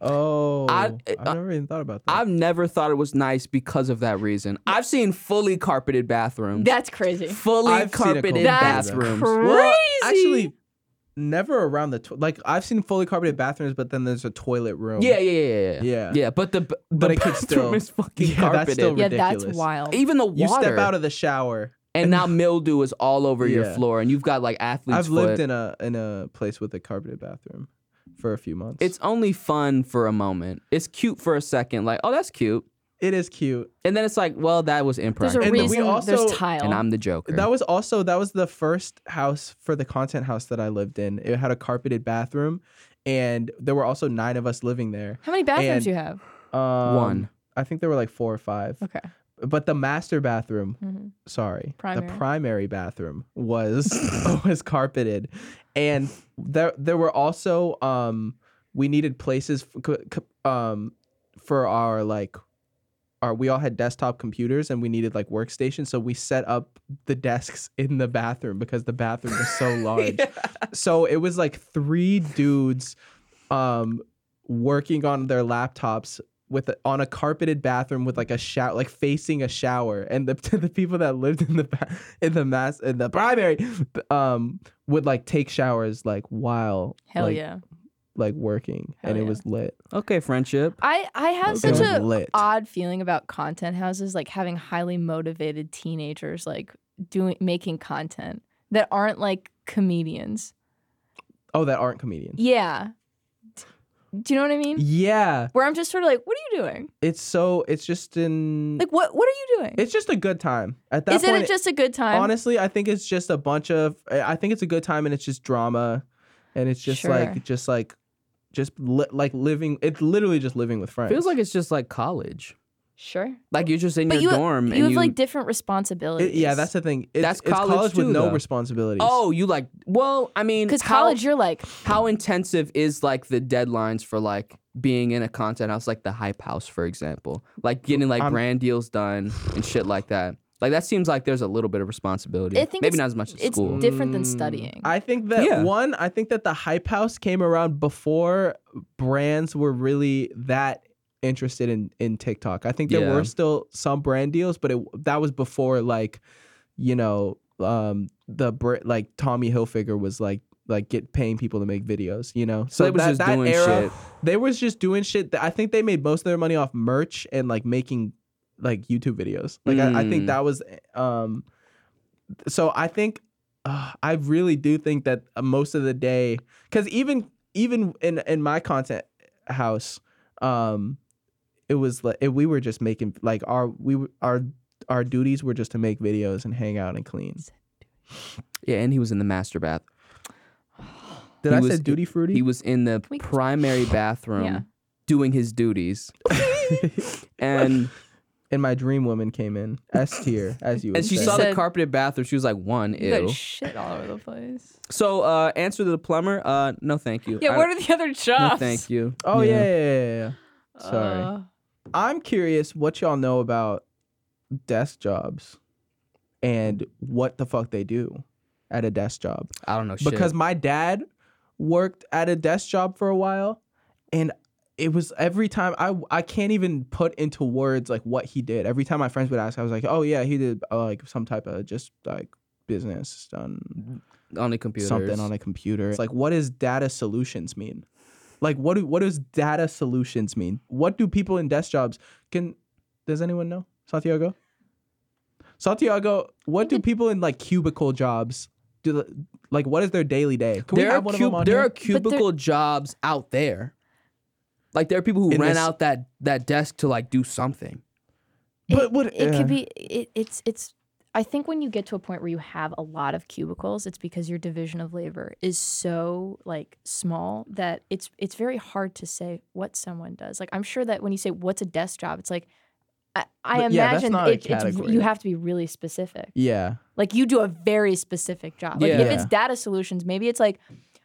[SPEAKER 1] oh, I,
[SPEAKER 3] I- uh,
[SPEAKER 1] have
[SPEAKER 3] I-
[SPEAKER 1] never even thought about that.
[SPEAKER 3] I've never thought it was nice because of that reason. I've seen fully carpeted bathrooms.
[SPEAKER 2] that's crazy.
[SPEAKER 3] fully
[SPEAKER 1] I've seen a couple
[SPEAKER 3] carpeted
[SPEAKER 1] of
[SPEAKER 2] That's
[SPEAKER 3] bathrooms.
[SPEAKER 2] crazy.
[SPEAKER 1] Well, actually, never around the to- like I've seen fully carpeted bathrooms, but then there's a toilet room.
[SPEAKER 3] Yeah, yeah, yeah, yeah,
[SPEAKER 1] Yeah.
[SPEAKER 3] yeah. But the b- the
[SPEAKER 1] But it could
[SPEAKER 3] bathroom
[SPEAKER 1] still-
[SPEAKER 3] is fucking
[SPEAKER 1] Yeah,
[SPEAKER 3] carpeted.
[SPEAKER 1] that's still
[SPEAKER 2] yeah, that's
[SPEAKER 1] ridiculous.
[SPEAKER 2] wild.
[SPEAKER 3] Even the
[SPEAKER 1] You
[SPEAKER 3] water,
[SPEAKER 1] step out of the shower.
[SPEAKER 3] and now mildew is all over your
[SPEAKER 1] Yeah.
[SPEAKER 3] floor, and you've got like athlete's
[SPEAKER 1] I've lived
[SPEAKER 3] foot.
[SPEAKER 1] in a in a place with a carpeted bathroom for a few months.
[SPEAKER 3] It's only fun for a moment. It's cute for a second, like oh that's cute,
[SPEAKER 1] it is cute.
[SPEAKER 3] and then it's like well that was
[SPEAKER 2] there's a
[SPEAKER 1] And
[SPEAKER 3] impractical,
[SPEAKER 1] we
[SPEAKER 2] reason
[SPEAKER 1] also-
[SPEAKER 2] there's tile.
[SPEAKER 3] and I'm the joker.
[SPEAKER 1] That was also that was the first house for the content house that I lived in. It had a carpeted bathroom, and there were also nine of us living there.
[SPEAKER 2] How many bathrooms
[SPEAKER 1] and-
[SPEAKER 2] do you have?
[SPEAKER 1] Um,
[SPEAKER 3] One.
[SPEAKER 1] I think there were like four or five.
[SPEAKER 2] Okay.
[SPEAKER 1] But the master bathroom
[SPEAKER 2] hmm
[SPEAKER 1] sorry, the
[SPEAKER 2] Primary.
[SPEAKER 1] primary bathroom was was carpeted, and there there were also um we needed places for, um for our like our we all had desktop computers and we needed like workstations, so we set up the desks in the bathroom because the bathroom was so large. So it was like three dudes um working on their laptops with a, on a carpeted bathroom with like a shower like facing a shower and the the people that lived in the ba- in the mass in the primary um would like take showers like while
[SPEAKER 2] Hell
[SPEAKER 1] like,
[SPEAKER 2] yeah.
[SPEAKER 1] like working
[SPEAKER 2] Hell
[SPEAKER 1] and it
[SPEAKER 2] yeah.
[SPEAKER 1] was lit
[SPEAKER 3] okay, friendship.
[SPEAKER 2] I, I have
[SPEAKER 1] it
[SPEAKER 2] such
[SPEAKER 1] was
[SPEAKER 2] a
[SPEAKER 1] lit
[SPEAKER 2] odd feeling about content houses, like having highly motivated teenagers like doing making content that aren't like comedians. e-,
[SPEAKER 1] oh that aren't comedians
[SPEAKER 2] Yeah. Do you know what I mean?
[SPEAKER 1] Yeah,
[SPEAKER 2] Where I'm just sort of like, what are you doing?
[SPEAKER 1] it's so it's just in
[SPEAKER 2] Like, what what are you doing?
[SPEAKER 1] it's just a good time at that
[SPEAKER 2] Isn't
[SPEAKER 1] point.
[SPEAKER 2] it just a good time?
[SPEAKER 1] honestly, I think it's just a bunch of I I think it's a good time and it's just drama, and it's just
[SPEAKER 2] Sure.
[SPEAKER 1] like just like just li- like living. It's literally just living with friends.
[SPEAKER 3] Feels like it's just like college.
[SPEAKER 2] sure.
[SPEAKER 3] Like you're just in
[SPEAKER 2] But
[SPEAKER 3] your
[SPEAKER 2] you-
[SPEAKER 3] dorm
[SPEAKER 2] You
[SPEAKER 3] and
[SPEAKER 2] have
[SPEAKER 3] you
[SPEAKER 2] like different responsibilities.
[SPEAKER 1] It- yeah, that's the thing. It's,
[SPEAKER 3] That's
[SPEAKER 1] it's college,
[SPEAKER 3] college
[SPEAKER 1] with
[SPEAKER 3] too,
[SPEAKER 1] no
[SPEAKER 3] though.
[SPEAKER 1] responsibilities.
[SPEAKER 3] Oh, you like well, I mean,
[SPEAKER 2] because
[SPEAKER 3] how-
[SPEAKER 2] college, you're like,
[SPEAKER 3] how intensive is like the deadlines for like being in a content house like the hype house for example like getting like
[SPEAKER 1] I'm-
[SPEAKER 3] brand deals done and shit like that like that seems like there's a little bit of responsibility
[SPEAKER 2] I think
[SPEAKER 3] maybe
[SPEAKER 2] it's-
[SPEAKER 3] not as much as
[SPEAKER 2] it's
[SPEAKER 3] school
[SPEAKER 2] different than
[SPEAKER 1] Mm,
[SPEAKER 2] studying.
[SPEAKER 1] I think that
[SPEAKER 3] Yeah.
[SPEAKER 1] one, I think that the hype house came around before brands were really that interested in in TikTok. I think there
[SPEAKER 3] Yeah.
[SPEAKER 1] were still some brand deals, but it that was before like, you know, um the br- like Tommy Hilfiger was like like get paying people to make videos, you know.
[SPEAKER 3] so they was
[SPEAKER 1] that,
[SPEAKER 3] just
[SPEAKER 1] that
[SPEAKER 3] doing
[SPEAKER 1] era,
[SPEAKER 3] shit
[SPEAKER 1] They was just doing shit that I think they made most of their money off merch and like making like YouTube videos. Like I, I
[SPEAKER 3] Mm.
[SPEAKER 1] think that was um so I think uh, I really do think that uh, most of the day cuz even even in in my content house um it was like it, we were just making like our we were- our our duties were just to make videos and hang out and clean.
[SPEAKER 3] yeah and he was in the master bath
[SPEAKER 1] Did
[SPEAKER 3] He
[SPEAKER 1] I
[SPEAKER 3] was-
[SPEAKER 1] say duty fruity?
[SPEAKER 3] he was in the
[SPEAKER 2] we-
[SPEAKER 3] primary bathroom
[SPEAKER 2] Yeah.
[SPEAKER 3] doing his duties and
[SPEAKER 1] and my dream woman came in S tier as you would
[SPEAKER 3] and she
[SPEAKER 1] say.
[SPEAKER 3] saw the
[SPEAKER 2] said-
[SPEAKER 3] carpeted bathroom she was like one
[SPEAKER 2] you got
[SPEAKER 3] ew
[SPEAKER 2] shit all over the place.
[SPEAKER 3] so uh answer to the plumber uh no thank you I
[SPEAKER 2] Yeah, what
[SPEAKER 3] don't-
[SPEAKER 2] are the other
[SPEAKER 3] no
[SPEAKER 2] jobs?
[SPEAKER 3] thank you
[SPEAKER 1] Oh yeah, yeah, yeah, yeah, yeah. Sorry.
[SPEAKER 2] Uh,
[SPEAKER 1] I'm curious what y'all know about desk jobs and what the fuck they do at a desk job.
[SPEAKER 3] i don't know Oh, shit.
[SPEAKER 1] Because my dad worked at a desk job for a while and it was every time I I can't even put into words like what he did. Every time my friends would ask, I was like, "Oh yeah, he did uh, like some type of just like business done
[SPEAKER 3] on the computer
[SPEAKER 1] something on a computer. It's like, what does data solutions mean? Like, what do what does data solutions mean? What do people in desk jobs can? Does anyone know Santiago? Santiago, what do people in like cubicle jobs do? Like, what is their daily day? Can we
[SPEAKER 3] there are
[SPEAKER 1] have one
[SPEAKER 3] cub-
[SPEAKER 1] of them on
[SPEAKER 3] there
[SPEAKER 1] here?
[SPEAKER 3] are cubicle jobs out there. Like there are people who
[SPEAKER 1] In
[SPEAKER 3] rent
[SPEAKER 1] this-
[SPEAKER 3] out that that desk to like do something.
[SPEAKER 1] But what-
[SPEAKER 2] it
[SPEAKER 1] yeah.
[SPEAKER 2] could be it, it's it's I think when you get to a point where you have a lot of cubicles, it's because your division of labor is so like small that it's it's very hard to say what someone does. Like I'm sure that when you say what's a desk job, it's like I, I
[SPEAKER 1] But yeah, that's
[SPEAKER 2] imagine
[SPEAKER 1] not a
[SPEAKER 2] it, it's,
[SPEAKER 1] category.
[SPEAKER 2] you have to be really specific.
[SPEAKER 1] yeah,
[SPEAKER 2] Like you do a very specific job. Like if
[SPEAKER 1] Yeah.
[SPEAKER 2] it's data solutions, maybe it's like,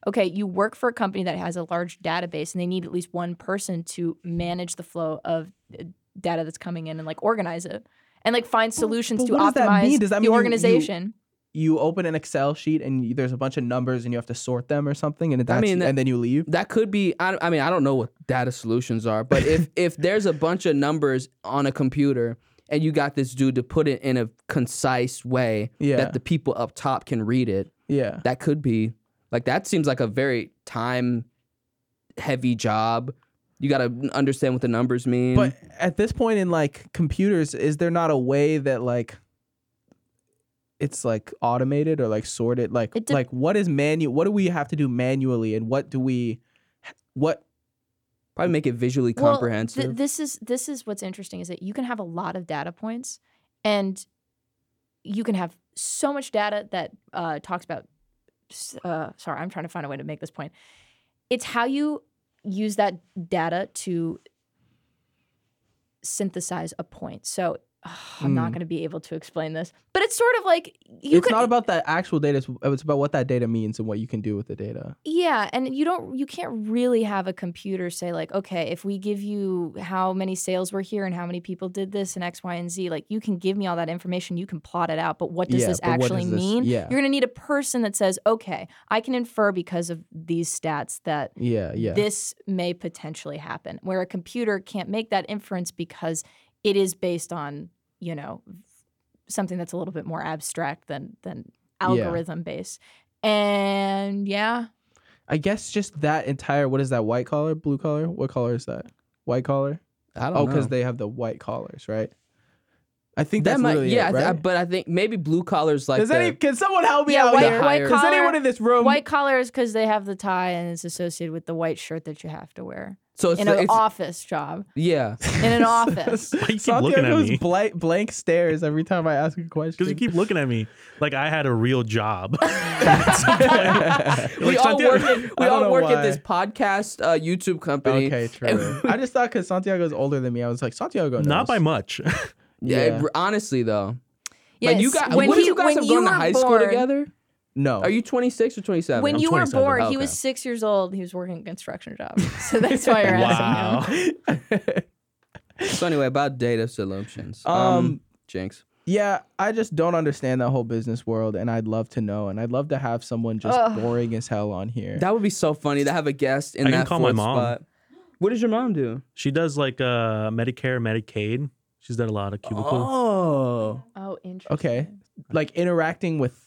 [SPEAKER 2] okay, you work for a company that has a large database and they need at least one person to manage the flow of uh, data that's coming in and like organize it and like find solutions
[SPEAKER 1] but
[SPEAKER 2] to
[SPEAKER 1] what does that
[SPEAKER 2] optimize
[SPEAKER 1] mean? Does that mean
[SPEAKER 2] the
[SPEAKER 1] you- you-
[SPEAKER 2] organization.
[SPEAKER 1] you open an Excel sheet and you, there's a bunch of numbers and you have to sort them or something, and that's,
[SPEAKER 3] mean, that-
[SPEAKER 1] and then you leave.
[SPEAKER 3] That could be. I, I mean, I don't know what data solutions are, but if if there's a bunch of numbers on a computer and you got this dude to put it in a concise way
[SPEAKER 1] Yeah.
[SPEAKER 3] that the people up top can read it,
[SPEAKER 1] Yeah,
[SPEAKER 3] that could be like that seems like a very time heavy job. You got to understand what the numbers mean.
[SPEAKER 1] But at this point in like computers, is there not a way that like it's like automated or like sorted? Like
[SPEAKER 2] It de-
[SPEAKER 1] like what is manual? What do we have to do manually, and what do we what?
[SPEAKER 3] probably make it visually
[SPEAKER 2] Well, th-
[SPEAKER 3] comprehensive.
[SPEAKER 2] this is this is what's interesting is that you can have a lot of data points and you can have so much data that uh, talks about s- uh, sorry, I'm trying to find a way to make this point. It's how you use that data to synthesize a point. So ugh, I'm not
[SPEAKER 1] Mm.
[SPEAKER 2] going to be able to explain this, but it's sort of like you
[SPEAKER 1] it's
[SPEAKER 2] could,
[SPEAKER 1] not about the actual data. It's, uh, it's about what that data means and what you can do with the data.
[SPEAKER 2] yeah, and you don't you can't really have a computer say like, okay, if we give you how many sales were here and how many people did this and X, Y, and Z, like you can give me all that information, you can plot it out, but what does
[SPEAKER 1] Yeah,
[SPEAKER 2] this
[SPEAKER 1] but what
[SPEAKER 2] actually
[SPEAKER 1] does this-
[SPEAKER 2] mean?
[SPEAKER 1] yeah.
[SPEAKER 2] You're gonna need a person that says, okay, I can infer because of these stats that
[SPEAKER 1] Yeah, Uh, yeah.
[SPEAKER 2] this may potentially happen. Where a computer can't make that inference because it is based on, you know, something that's a little bit more abstract than than
[SPEAKER 1] Yeah.
[SPEAKER 2] algorithm based. And yeah.
[SPEAKER 1] I guess just that entire what is that white collar, blue collar? What color is that? White collar?
[SPEAKER 3] I don't
[SPEAKER 1] Oh,
[SPEAKER 3] know.
[SPEAKER 1] because they have the white collars, right? I think
[SPEAKER 3] That
[SPEAKER 1] that's
[SPEAKER 3] might,
[SPEAKER 1] really
[SPEAKER 3] yeah.
[SPEAKER 1] it,
[SPEAKER 3] I th-
[SPEAKER 1] right?
[SPEAKER 3] but I think maybe blue collars like
[SPEAKER 1] Does
[SPEAKER 3] the-
[SPEAKER 1] any can someone help me
[SPEAKER 2] Yeah,
[SPEAKER 1] out
[SPEAKER 2] white-
[SPEAKER 1] here?
[SPEAKER 3] white
[SPEAKER 1] Does
[SPEAKER 2] collar-
[SPEAKER 1] anyone in this room?
[SPEAKER 2] White collar is because they have the tie and it's associated with the white shirt that you have to wear
[SPEAKER 3] so it's,
[SPEAKER 2] in
[SPEAKER 3] the-
[SPEAKER 2] an
[SPEAKER 3] it's-
[SPEAKER 2] office job.
[SPEAKER 3] yeah.
[SPEAKER 2] In an office.
[SPEAKER 5] Why you keep looking at
[SPEAKER 1] Santiago's
[SPEAKER 5] me?
[SPEAKER 1] blank, blank stares every time I ask a question.
[SPEAKER 5] Because you keep looking at me like I had a real job.
[SPEAKER 3] we
[SPEAKER 5] Like,
[SPEAKER 3] all
[SPEAKER 5] Santiago-
[SPEAKER 3] work. At, we
[SPEAKER 1] I don't
[SPEAKER 3] all
[SPEAKER 1] know
[SPEAKER 3] work at this
[SPEAKER 1] why.
[SPEAKER 3] podcast uh, YouTube company.
[SPEAKER 1] Okay, true. I just thought because Santiago's older than me, I was like Santiago. Knows.
[SPEAKER 5] Not by much.
[SPEAKER 3] Yeah.
[SPEAKER 1] Yeah.
[SPEAKER 3] honestly though,
[SPEAKER 2] Yes.
[SPEAKER 3] like you guys,
[SPEAKER 2] when
[SPEAKER 3] what
[SPEAKER 2] he-
[SPEAKER 3] did you
[SPEAKER 2] when
[SPEAKER 3] guys have gone to
[SPEAKER 2] were
[SPEAKER 3] high school
[SPEAKER 2] born-
[SPEAKER 3] together?
[SPEAKER 1] No.
[SPEAKER 3] Are you 26 or 27?
[SPEAKER 2] When
[SPEAKER 5] I'm
[SPEAKER 2] you were
[SPEAKER 5] 27.
[SPEAKER 2] born,
[SPEAKER 3] Oh,
[SPEAKER 2] he
[SPEAKER 3] okay.
[SPEAKER 2] was six years old. He was working a construction job. So that's why you're asking him.
[SPEAKER 5] wow.
[SPEAKER 3] so anyway, about data solutions. Um,
[SPEAKER 1] Um,
[SPEAKER 3] Jinx.
[SPEAKER 1] Yeah, I just don't understand that whole business world, and I'd love to know, and I'd love to have someone just
[SPEAKER 2] Ugh.
[SPEAKER 1] boring as hell on here.
[SPEAKER 3] That would be so funny to have a guest in
[SPEAKER 5] I
[SPEAKER 3] that
[SPEAKER 5] can call my
[SPEAKER 3] fourth
[SPEAKER 5] mom.
[SPEAKER 3] spot. What does your mom do?
[SPEAKER 5] She does like uh, Medicare, Medicaid. She's done a lot of cubicle.
[SPEAKER 3] Oh,
[SPEAKER 2] Oh, interesting.
[SPEAKER 1] okay, like interacting with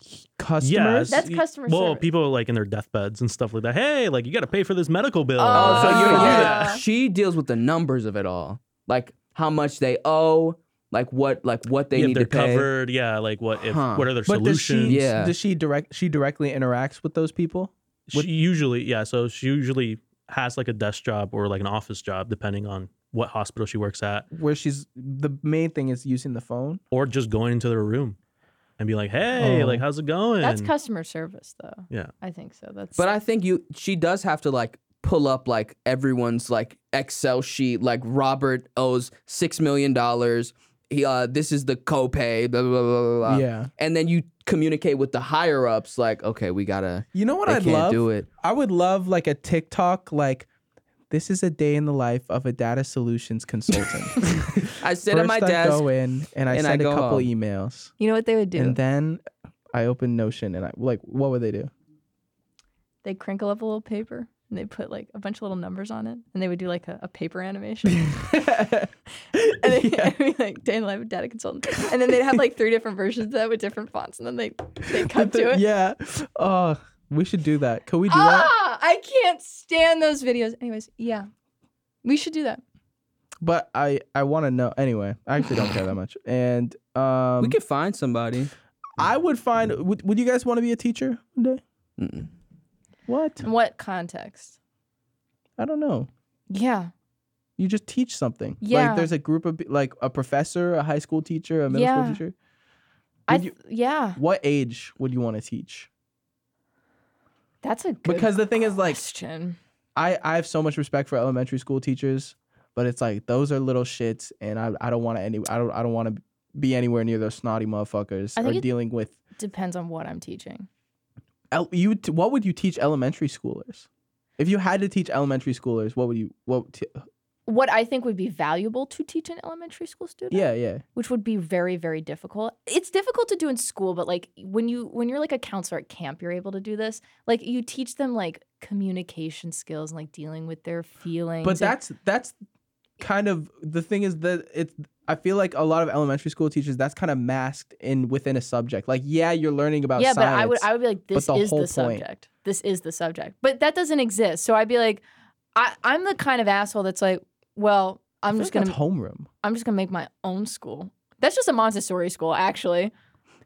[SPEAKER 5] Yes.
[SPEAKER 1] customers.
[SPEAKER 2] That's customer
[SPEAKER 5] well,
[SPEAKER 2] service.
[SPEAKER 5] people like in their deathbeds and stuff like that. Hey, like you got to pay for this medical bill.
[SPEAKER 2] Oh,
[SPEAKER 1] Uh,
[SPEAKER 3] so you
[SPEAKER 5] you
[SPEAKER 2] yeah.
[SPEAKER 5] do
[SPEAKER 3] yeah.
[SPEAKER 5] that.
[SPEAKER 2] that.
[SPEAKER 3] She deals with the numbers of it all, like how much they owe, like what, like what they
[SPEAKER 5] if
[SPEAKER 3] need
[SPEAKER 5] they're
[SPEAKER 3] to pay.
[SPEAKER 5] covered. Yeah, like what if
[SPEAKER 3] Huh.
[SPEAKER 5] what are their
[SPEAKER 1] but does
[SPEAKER 5] solutions?
[SPEAKER 1] she?
[SPEAKER 3] Yeah.
[SPEAKER 1] Does she direct? She directly interacts with those people.
[SPEAKER 5] She usually, yeah. So she usually has like a desk job or like an office job, depending on what hospital she works at,
[SPEAKER 1] Where she's the main thing is using the phone.
[SPEAKER 5] or just going into their room and be like, "Hey,
[SPEAKER 1] Oh.
[SPEAKER 5] like how's it going?"
[SPEAKER 2] That's customer service, though.
[SPEAKER 5] Yeah.
[SPEAKER 2] I think so. That's.
[SPEAKER 3] But I think you she does have to like pull up like everyone's like Excel sheet. Like Robert owes six million dollars. He uh this is the copay, blah blah blah blah blah.
[SPEAKER 1] yeah.
[SPEAKER 3] And then you communicate with the higher ups, like, okay, we gotta
[SPEAKER 1] You know what
[SPEAKER 3] they
[SPEAKER 1] I'd
[SPEAKER 3] can't
[SPEAKER 1] love?
[SPEAKER 3] do it.
[SPEAKER 1] I would love like a TikTok like. This is a day in the life of a data solutions consultant.
[SPEAKER 3] I sit at my
[SPEAKER 1] First I
[SPEAKER 3] desk.
[SPEAKER 1] go in and I
[SPEAKER 3] and I
[SPEAKER 1] send a
[SPEAKER 3] go
[SPEAKER 1] couple
[SPEAKER 3] home.
[SPEAKER 1] emails.
[SPEAKER 2] you know what they would do?
[SPEAKER 1] And then I open Notion and I like, what would they do?
[SPEAKER 2] they crinkle up a little paper and they put like a bunch of little numbers on it and they would do like a, a paper animation and they would be like day in the life of data consultant and then they'd have like three different versions of that with different fonts and then they they cut to it
[SPEAKER 1] yeah. Oh, we should do that. Could we do that?
[SPEAKER 2] ah i can't stand those videos anyways yeah we should do that
[SPEAKER 1] But I I want to know anyway. I actually don't care that much. And um,
[SPEAKER 3] we could find somebody.
[SPEAKER 1] I would find. Would, would you guys want to be a teacher one day?
[SPEAKER 3] Mm-mm.
[SPEAKER 1] What?
[SPEAKER 2] in what context
[SPEAKER 1] I don't know.
[SPEAKER 2] yeah
[SPEAKER 1] You just teach something.
[SPEAKER 2] Yeah.
[SPEAKER 1] Like there's a group of pe- like a professor, a high school teacher, a middle
[SPEAKER 2] Yeah.
[SPEAKER 1] school teacher.
[SPEAKER 2] i
[SPEAKER 1] Would you-
[SPEAKER 2] th- yeah
[SPEAKER 1] What age would you want to teach?
[SPEAKER 2] that's a good
[SPEAKER 1] Because the thing is like
[SPEAKER 2] question
[SPEAKER 1] I, I have so much respect for elementary school teachers, but it's like those are little shits, and I, I don't want to any I don't I don't want to be anywhere near those snotty motherfuckers
[SPEAKER 2] I
[SPEAKER 1] or
[SPEAKER 2] think it-
[SPEAKER 1] dealing with.
[SPEAKER 2] depends on what i'm teaching
[SPEAKER 1] el- You t- what would you teach elementary schoolers? If you had to teach elementary schoolers, what would you what? T-
[SPEAKER 2] what i think would be valuable to teach an elementary school student
[SPEAKER 1] yeah, yeah,
[SPEAKER 2] which would be very very difficult it's difficult to do in school but like when you when you're like a counselor at camp you're able to do this like you teach them like communication skills and like dealing with their feelings
[SPEAKER 1] but
[SPEAKER 2] and-
[SPEAKER 1] that's that's kind of the thing is that it's. I feel like a lot of elementary school teachers that's kind of masked in within a subject. Like, yeah, you're learning about
[SPEAKER 2] yeah but
[SPEAKER 1] science.
[SPEAKER 2] i would i would be like this
[SPEAKER 1] the
[SPEAKER 2] is the
[SPEAKER 1] whole point-
[SPEAKER 2] subject this is the subject but that doesn't exist so i'd be like i i'm the kind of asshole that's like well i'm
[SPEAKER 1] feel
[SPEAKER 2] just
[SPEAKER 1] like
[SPEAKER 2] gonna
[SPEAKER 1] that's homeroom.
[SPEAKER 2] i'm just gonna make my own school that's just a montessori school actually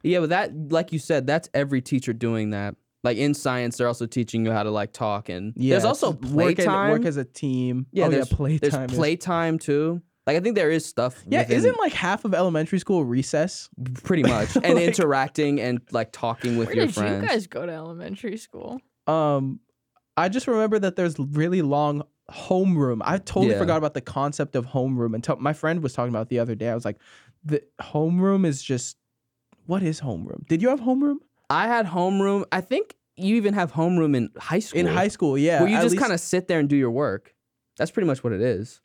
[SPEAKER 3] Yeah, but that like you said, that's every teacher doing that. Like in science, they're also teaching you how to like talk and
[SPEAKER 1] Yeah,
[SPEAKER 3] there's also
[SPEAKER 1] just work, at-
[SPEAKER 3] playtime.
[SPEAKER 1] work as a team.
[SPEAKER 3] Yeah,
[SPEAKER 1] oh, yeah,
[SPEAKER 3] there's- there's
[SPEAKER 1] playtime. is-
[SPEAKER 3] playtime too. Like I think there is stuff.
[SPEAKER 1] Yeah,
[SPEAKER 3] within-
[SPEAKER 1] isn't like half of elementary school recess?
[SPEAKER 3] pretty much and
[SPEAKER 1] Like-
[SPEAKER 3] interacting and like talking with
[SPEAKER 2] where
[SPEAKER 3] your
[SPEAKER 2] did
[SPEAKER 3] friends.
[SPEAKER 2] you guys go to elementary school
[SPEAKER 1] Um, I just remember that there's really long homeroom. I totally
[SPEAKER 3] Yeah.
[SPEAKER 1] forgot about the concept of homeroom until my friend was talking about it the other day. I was like, the homeroom is just what is homeroom? Did you have homeroom
[SPEAKER 3] I had homeroom. I think you even have homeroom in high school.
[SPEAKER 1] in high school? Yeah,
[SPEAKER 3] where you
[SPEAKER 1] at
[SPEAKER 3] just
[SPEAKER 1] least-
[SPEAKER 3] kind of sit there and do your work. That's pretty much what it is.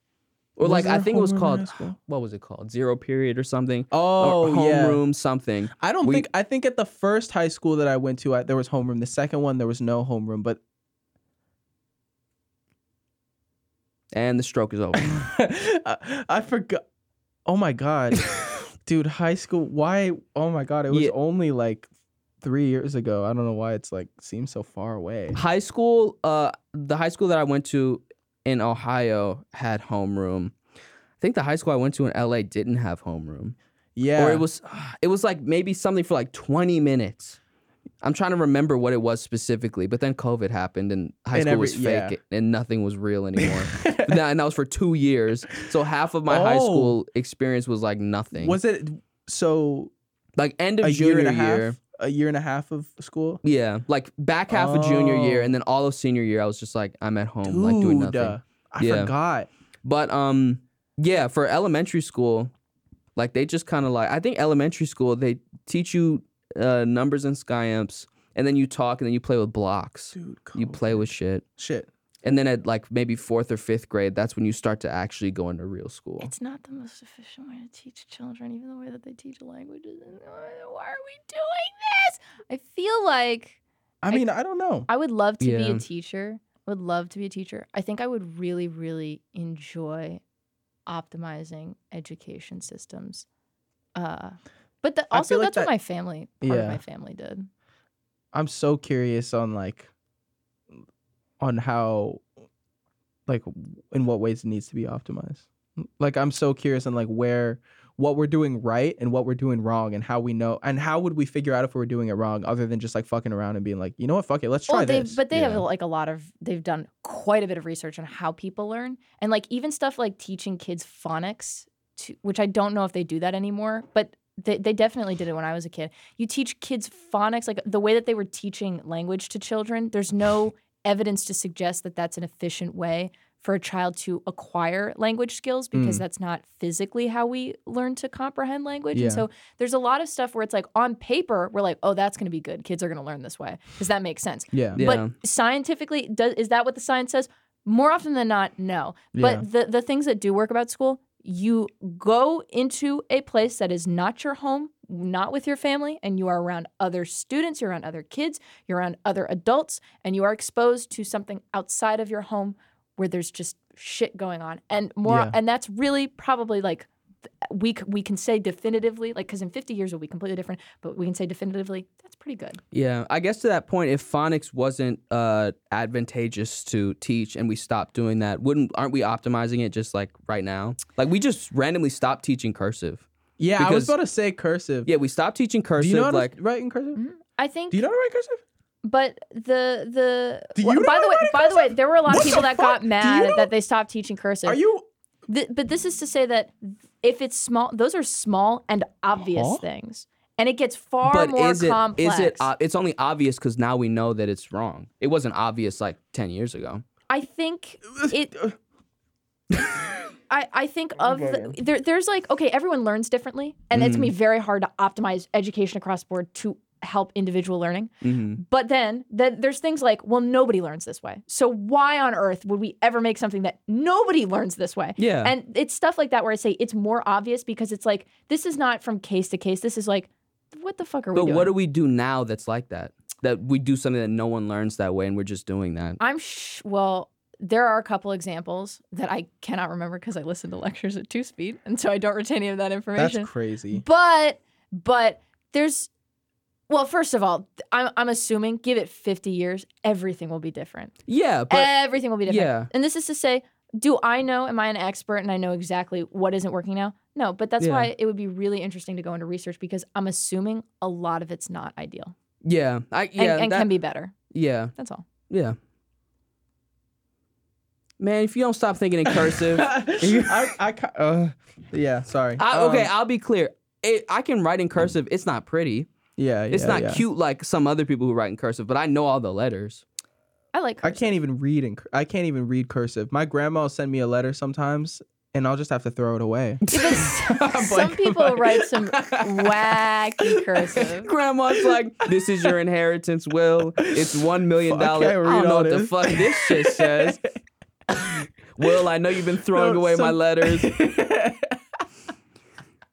[SPEAKER 3] Or
[SPEAKER 1] Was
[SPEAKER 3] like I
[SPEAKER 1] there
[SPEAKER 3] think it was
[SPEAKER 1] homeroom in
[SPEAKER 3] called
[SPEAKER 1] high school?
[SPEAKER 3] what was it called? Zero period or something.
[SPEAKER 1] Oh,
[SPEAKER 3] or
[SPEAKER 1] yeah.
[SPEAKER 3] homeroom something.
[SPEAKER 1] I don't
[SPEAKER 3] We-
[SPEAKER 1] think I think at the first high school that I went to, I, there was homeroom. The second one, there was no homeroom. But
[SPEAKER 3] And the stroke is over.
[SPEAKER 1] I, I forgot. Oh my god, dude, high school. Why? Oh my god, it was
[SPEAKER 3] Yeah.
[SPEAKER 1] only like three years ago. I don't know why it's like seems so far away.
[SPEAKER 3] high school, uh, the high school that I went to in Ohio had homeroom. I think the high school I went to in LA didn't have homeroom,
[SPEAKER 1] Yeah.
[SPEAKER 3] or it was it was like maybe something for like 20 minutes. I'm trying to remember what it was specifically, but then COVID happened and high
[SPEAKER 1] And
[SPEAKER 3] school
[SPEAKER 1] every-
[SPEAKER 3] was fake
[SPEAKER 1] yeah.
[SPEAKER 3] and nothing was real anymore. But that- and that was for two years, so half of my high
[SPEAKER 1] Oh.
[SPEAKER 3] school experience was like nothing.
[SPEAKER 1] was it so
[SPEAKER 3] like end of
[SPEAKER 1] a year
[SPEAKER 3] junior
[SPEAKER 1] and a half?
[SPEAKER 3] year.
[SPEAKER 1] A year and a half of school?
[SPEAKER 3] Yeah, like back half of junior year
[SPEAKER 1] Oh.
[SPEAKER 3] and then all of senior year, I was just like I'm at home,
[SPEAKER 1] Dude,
[SPEAKER 3] like doing nothing.
[SPEAKER 1] uh, I
[SPEAKER 3] Yeah.
[SPEAKER 1] forgot.
[SPEAKER 3] But um, yeah, for elementary school, like they just kind of like I think elementary school they teach you uh, numbers and skyamps, and then you talk and then you play with blocks.
[SPEAKER 1] Dude,
[SPEAKER 3] You play with shit,
[SPEAKER 1] shit.
[SPEAKER 3] and then at like maybe fourth or fifth grade, that's when you start to actually go into real school.
[SPEAKER 6] It's not the most efficient way to teach children, even the way that they teach languages. And why are we doing this?
[SPEAKER 2] I feel like
[SPEAKER 1] I mean, I don't know.
[SPEAKER 2] I would love to be
[SPEAKER 3] Yeah.
[SPEAKER 2] a teacher. Would love to be a teacher. I think I would really, really enjoy optimizing education systems. Uh, but the,
[SPEAKER 1] I
[SPEAKER 2] also
[SPEAKER 1] feel like
[SPEAKER 2] that's
[SPEAKER 1] that-
[SPEAKER 2] what my family, part
[SPEAKER 1] Yeah.
[SPEAKER 2] of my family did.
[SPEAKER 1] I'm so curious on like on how like in what ways it needs to be optimized. Like I'm so curious on like where what we're doing right and what we're doing wrong and how we know and how would we figure out if we were doing it wrong other than just like fucking around and being like, you know what, fuck it, let's try
[SPEAKER 2] Well,
[SPEAKER 1] this.
[SPEAKER 2] they've, but they have
[SPEAKER 3] Yeah.
[SPEAKER 2] like a lot of they've done quite a bit of research on how people learn and like even stuff like teaching kids phonics, to, which I don't know if they do that anymore, but they, they definitely did it when I was a kid. You teach kids phonics like the way that they were teaching language to children. There's no evidence to suggest that that's an efficient way for a child to acquire language skills because
[SPEAKER 1] Mm.
[SPEAKER 2] that's not physically how we learn to comprehend language.
[SPEAKER 1] Yeah.
[SPEAKER 2] And so there's a lot of stuff where it's like on paper, we're like, oh, that's going to be good. Kids are going to learn this way because that makes sense.
[SPEAKER 1] yeah.
[SPEAKER 3] Yeah.
[SPEAKER 2] But scientifically, does, is that what the science says? More often than not, no.
[SPEAKER 1] Yeah.
[SPEAKER 2] But the, the things that do work about school, you go into a place that is not your home, not with your family, and you are around other students, you're around other kids, you're around other adults, and you are exposed to something outside of your home where there's just shit going on. And more
[SPEAKER 1] Yeah.
[SPEAKER 2] and that's really probably like th- we c- we can say definitively like cuz in 50 years it'll be completely different, but we can say definitively that's pretty good.
[SPEAKER 3] Yeah, I guess to that point, if phonics wasn't uh, advantageous to teach and we stopped doing that, wouldn't aren't we optimizing it just like right now? Like we just randomly stopped teaching cursive.
[SPEAKER 1] Yeah, I was
[SPEAKER 3] because-
[SPEAKER 1] about to say cursive.
[SPEAKER 3] Yeah, we stopped teaching
[SPEAKER 1] Do
[SPEAKER 3] cursive.
[SPEAKER 1] you know how to
[SPEAKER 3] like
[SPEAKER 1] write in cursive?
[SPEAKER 2] I think
[SPEAKER 1] Do you know how to write cursive?
[SPEAKER 2] But the the
[SPEAKER 1] Do
[SPEAKER 2] well,
[SPEAKER 1] you know
[SPEAKER 2] by
[SPEAKER 1] how
[SPEAKER 2] the way,
[SPEAKER 1] to
[SPEAKER 2] by the way, there were a lot of
[SPEAKER 1] What the
[SPEAKER 2] people that
[SPEAKER 1] fuck?
[SPEAKER 2] got
[SPEAKER 1] Do you
[SPEAKER 2] mad
[SPEAKER 1] know-
[SPEAKER 2] that they stopped teaching cursive.
[SPEAKER 1] Are you
[SPEAKER 2] Th- but this is to say that if it's small, those are small and obvious
[SPEAKER 1] Huh?
[SPEAKER 2] things, and it gets far
[SPEAKER 3] but
[SPEAKER 2] more
[SPEAKER 3] is it
[SPEAKER 2] complex.
[SPEAKER 3] is it ob- it's only obvious cuz now we know that it's wrong. It wasn't obvious like 10 years ago.
[SPEAKER 2] I think it. I, I think of the, there, there's like okay everyone learns differently and it's
[SPEAKER 1] Mm.
[SPEAKER 2] gonna be very hard to optimize education across the board to help individual learning
[SPEAKER 3] Mhm.
[SPEAKER 2] But then, then there's things like, well, nobody learns this way. So why on earth would we ever make something that nobody learns this way?
[SPEAKER 3] Yeah.
[SPEAKER 2] And it's stuff like that where I say it's more obvious because it's like, this is not from case to case. This is like, what the fuck are
[SPEAKER 3] But
[SPEAKER 2] we doing?
[SPEAKER 3] what do we do now that's like that? That we do something that no one learns that way and we're just doing that.
[SPEAKER 2] I'm sh- well. There are a couple examples that I cannot remember because I listened to lectures at two speed, and so I don't retain any of that
[SPEAKER 1] That's
[SPEAKER 2] information.
[SPEAKER 1] crazy.
[SPEAKER 2] But but there's well, first of all, I'm I'm assuming give it 50 years, everything will be different.
[SPEAKER 3] Yeah, but
[SPEAKER 2] everything will be different.
[SPEAKER 3] yeah.
[SPEAKER 2] And this is to say, do I know, am I an expert and I know exactly what isn't working now? No, but that's
[SPEAKER 3] Yeah.
[SPEAKER 2] why it would be really interesting to go into research because I'm assuming a lot of it's not ideal
[SPEAKER 3] Yeah. I
[SPEAKER 2] and,
[SPEAKER 3] yeah,
[SPEAKER 2] and
[SPEAKER 3] that-
[SPEAKER 2] can be better.
[SPEAKER 3] Yeah.
[SPEAKER 2] That's all.
[SPEAKER 3] Yeah. Man, if you don't stop thinking in cursive,
[SPEAKER 1] I, I, ca- uh, yeah, sorry.
[SPEAKER 3] I, okay,
[SPEAKER 1] Um,
[SPEAKER 3] I'll be clear. It, I can write in cursive. It's not pretty.
[SPEAKER 1] yeah,
[SPEAKER 3] It's
[SPEAKER 1] yeah,
[SPEAKER 3] not
[SPEAKER 1] yeah.
[SPEAKER 3] cute like some other people who write in cursive, but I know all the letters.
[SPEAKER 2] I like
[SPEAKER 1] I
[SPEAKER 2] cursive.
[SPEAKER 1] can't even read in. cur- I can't even read cursive. My grandma will send me a letter sometimes, and I'll just have to throw it away.
[SPEAKER 2] Some people write some wacky cursive.
[SPEAKER 3] Grandma's like, "This is your inheritance will. It's one million
[SPEAKER 1] Fuck, I
[SPEAKER 3] dollars. I
[SPEAKER 1] can't read
[SPEAKER 3] don't know
[SPEAKER 1] all
[SPEAKER 3] what the
[SPEAKER 1] this."
[SPEAKER 3] fuck this shit says." Will, I know you've been throwing
[SPEAKER 1] No,
[SPEAKER 3] away my
[SPEAKER 1] some-
[SPEAKER 3] letters.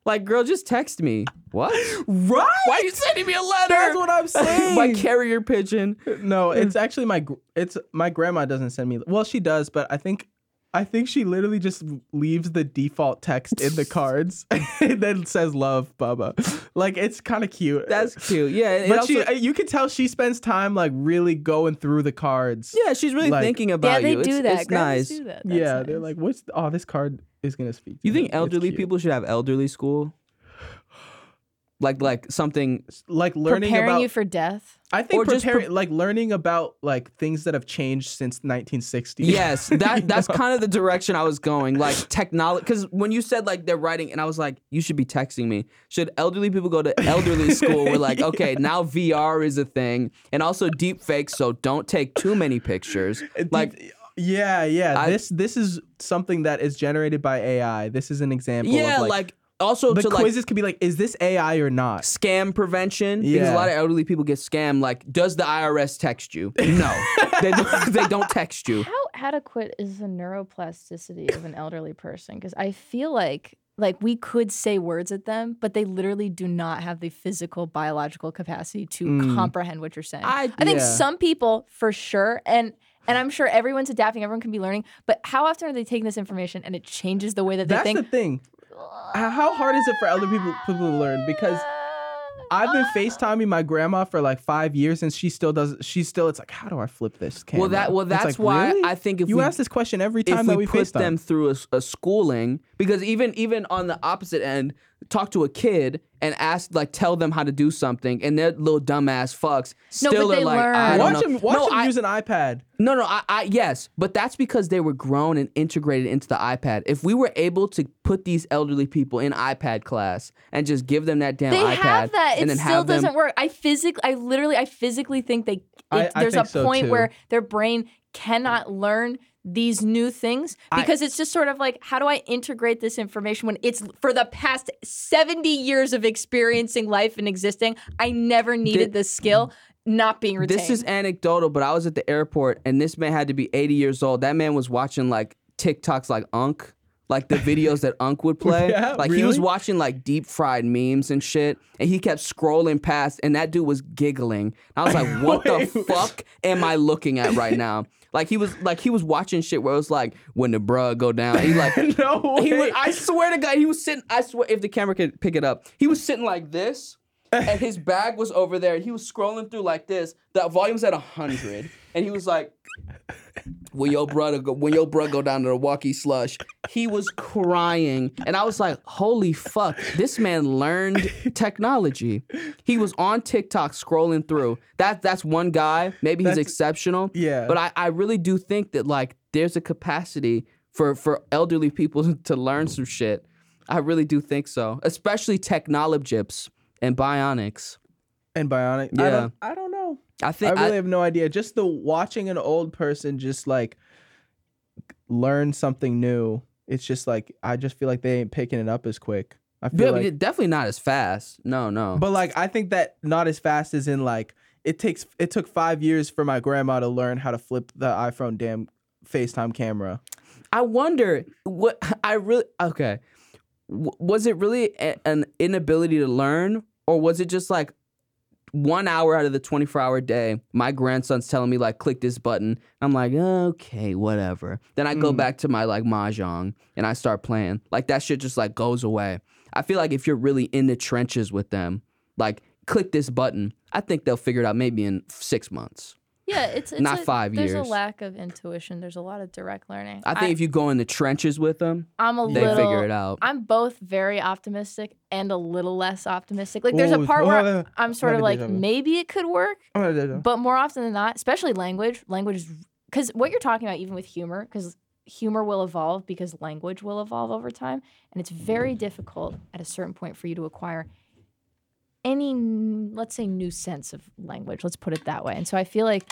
[SPEAKER 3] like, girl, just text me. What?
[SPEAKER 1] right?
[SPEAKER 3] Why are you sending me a letter?
[SPEAKER 1] That's what I'm saying.
[SPEAKER 3] my carrier pigeon.
[SPEAKER 1] no, it's actually my. gr- It's my grandma doesn't send me. Well, she does, but I think. I think she literally just leaves the default text in the cards and then says love Bubba. Like it's kind of cute.
[SPEAKER 3] That's cute. Yeah, it
[SPEAKER 1] but
[SPEAKER 3] also-
[SPEAKER 1] she, uh, you can tell she spends time like really going through the cards.
[SPEAKER 3] yeah, she's really
[SPEAKER 1] like-
[SPEAKER 3] thinking
[SPEAKER 2] Yeah,
[SPEAKER 3] about
[SPEAKER 2] they
[SPEAKER 3] you.
[SPEAKER 2] do
[SPEAKER 3] it's,
[SPEAKER 2] that.
[SPEAKER 3] It's
[SPEAKER 2] Grandmas
[SPEAKER 3] nice.
[SPEAKER 2] do that. That's
[SPEAKER 1] yeah. They're like,
[SPEAKER 2] nice.
[SPEAKER 1] what's oh this card? is gonna speak. to
[SPEAKER 3] You think
[SPEAKER 1] them. It's
[SPEAKER 3] elderly
[SPEAKER 1] cute.
[SPEAKER 3] people should have elderly school? Like like something
[SPEAKER 1] like learning
[SPEAKER 2] preparing
[SPEAKER 1] about?
[SPEAKER 2] you for death.
[SPEAKER 1] I think
[SPEAKER 3] or just
[SPEAKER 1] preparing, like learning about like things that have changed since 1960.
[SPEAKER 3] Yes, that
[SPEAKER 1] You
[SPEAKER 3] that's
[SPEAKER 1] know?
[SPEAKER 3] kind of the direction I was going. Like technology, because when you said like they're writing, and I was like, you should be texting me. Should elderly people go to elderly school? We're like, okay, now VR is a thing, and also deep fakes. So don't take too many pictures. Like,
[SPEAKER 1] yeah, yeah.
[SPEAKER 3] I-
[SPEAKER 1] this this is something that is generated by AI. This is an example.
[SPEAKER 3] yeah,
[SPEAKER 1] of,
[SPEAKER 3] like,
[SPEAKER 1] like,
[SPEAKER 3] also
[SPEAKER 1] the
[SPEAKER 3] to like
[SPEAKER 1] quizzes could be like, is this AI or not?
[SPEAKER 3] scam prevention because a
[SPEAKER 1] Yeah.
[SPEAKER 3] lot of elderly people get scammed. Like, does the IRS text you? No, they don't, they don't text you.
[SPEAKER 2] How adequate is the neuroplasticity of an elderly person? Because I feel like like we could say words at them, but they literally do not have the physical biological capacity to
[SPEAKER 1] Mm.
[SPEAKER 2] comprehend what you're saying. I,
[SPEAKER 3] I
[SPEAKER 2] think
[SPEAKER 1] Yeah.
[SPEAKER 2] some people for sure and and I'm sure everyone's adapting, everyone can be learning, but how often are they taking this information and it changes the way that they
[SPEAKER 1] That's
[SPEAKER 2] think?
[SPEAKER 1] the thing. H- How hard is it for elder people people to learn? Because I've been FaceTiming my grandma for like five years, and she still does. She still, it's like, how do I flip this camera?
[SPEAKER 3] well that well
[SPEAKER 1] It's
[SPEAKER 3] that's
[SPEAKER 1] like,
[SPEAKER 3] why
[SPEAKER 1] really?
[SPEAKER 3] I think if
[SPEAKER 1] you
[SPEAKER 3] we
[SPEAKER 1] ask this question every
[SPEAKER 3] if
[SPEAKER 1] time that
[SPEAKER 3] we
[SPEAKER 1] we
[SPEAKER 3] put
[SPEAKER 1] FaceTime.
[SPEAKER 3] them through a, s- a schooling because even even on the opposite end talk to a kid and ask like tell them how to do something and their little dumbass fucks
[SPEAKER 2] No,
[SPEAKER 3] still
[SPEAKER 2] but
[SPEAKER 3] are
[SPEAKER 2] they
[SPEAKER 3] like
[SPEAKER 2] learn.
[SPEAKER 3] I
[SPEAKER 1] watch
[SPEAKER 3] don't know.
[SPEAKER 1] him. Watch
[SPEAKER 3] no,
[SPEAKER 1] him
[SPEAKER 3] I,
[SPEAKER 1] use an iPad.
[SPEAKER 3] no no I, I yes but that's because they were grown and integrated into the iPad if we were able to put these elderly people in iPad class and just give them that damn
[SPEAKER 2] they
[SPEAKER 3] iPad
[SPEAKER 2] have that. It
[SPEAKER 3] and then
[SPEAKER 2] still
[SPEAKER 3] have them
[SPEAKER 2] doesn't work. I physically, I literally, I physically think they. It,
[SPEAKER 1] I- I
[SPEAKER 2] there's a
[SPEAKER 1] think so,
[SPEAKER 2] point
[SPEAKER 1] too.
[SPEAKER 2] where their brain cannot learn these new things
[SPEAKER 3] I-
[SPEAKER 2] because it's just sort of like, how do I integrate this information when it's for the past seventy years of experiencing life and existing? I never needed this skill. Not being retained.
[SPEAKER 3] This is anecdotal, but I was at the airport and this man had to be 80 years old. That man was watching like TikToks like Unk, like the videos that Unk would play.
[SPEAKER 1] Yeah,
[SPEAKER 3] like he was
[SPEAKER 1] really?
[SPEAKER 3] watching like deep fried memes and shit. And he kept scrolling past and that dude was giggling. And I was like, what the
[SPEAKER 1] Wait.
[SPEAKER 3] fuck am I looking at right now? Like he was like he was watching shit where it was like when the bruh go down. He like
[SPEAKER 1] no
[SPEAKER 3] he
[SPEAKER 1] way.
[SPEAKER 3] was, I swear to God, he was sitting. I swear, if the camera could pick it up, he was sitting like this, and his bag was over there. And he was scrolling through like this. The volume's at hundred, and he was like, "When your brother, go, when your brother go down to the walkie slush," he was crying, and I was like, "Holy fuck, this man learned technology." He was on TikTok scrolling through. That that's one guy. Maybe he's
[SPEAKER 1] That's-
[SPEAKER 3] exceptional.
[SPEAKER 1] yeah.
[SPEAKER 3] But I, I really do think that like there's a capacity for for elderly people to learn some shit. I really do think so, especially technologips and bionics.
[SPEAKER 1] and bionic. I
[SPEAKER 3] Yeah.
[SPEAKER 1] don't, I don't know.
[SPEAKER 3] I
[SPEAKER 1] I
[SPEAKER 3] think
[SPEAKER 1] really have no idea. Just the watching an old person just like learn something new. It's just like I just feel like they ain't picking it up as quick. I
[SPEAKER 3] yeah,
[SPEAKER 1] feel like,
[SPEAKER 3] definitely not as fast. No, no.
[SPEAKER 1] but like I think that not as fast as in like it takes. It took five years for my grandma to learn how to flip the iPhone damn FaceTime camera.
[SPEAKER 3] I wonder what I really okay. W- was it really a- an inability to learn, or was it just like one hour out of the twenty four hour day? My grandson's telling me like, click this button. I'm like, okay, whatever. Then I go
[SPEAKER 1] Mm.
[SPEAKER 3] back to my like mahjong and I start playing. Like that shit just like goes away. I feel like if you're really in the trenches with them, like click this button, I think they'll figure it out maybe in six months.
[SPEAKER 2] yeah, it's, it's
[SPEAKER 3] not
[SPEAKER 2] a-
[SPEAKER 3] five
[SPEAKER 2] There's
[SPEAKER 3] years.
[SPEAKER 2] a lack of intuition. There's a lot of direct learning.
[SPEAKER 3] I think if you go in the trenches with them,
[SPEAKER 2] I, am a
[SPEAKER 3] they
[SPEAKER 2] little.
[SPEAKER 3] figure it out.
[SPEAKER 2] I'm both very optimistic and a little less optimistic. Like there's a
[SPEAKER 1] Ooh,
[SPEAKER 2] part where
[SPEAKER 1] oh,
[SPEAKER 2] I'm sort of
[SPEAKER 1] having
[SPEAKER 2] like
[SPEAKER 1] deja vu.
[SPEAKER 2] maybe it could work,
[SPEAKER 1] oh, no, no, no.
[SPEAKER 2] but more often than not, especially language, language is because what you're talking about, even with humor, because humor will evolve because language will evolve over time, and it's very difficult at a certain point for you to acquire any, n- let's say, new sense of language. Let's put it that way. And so I feel like.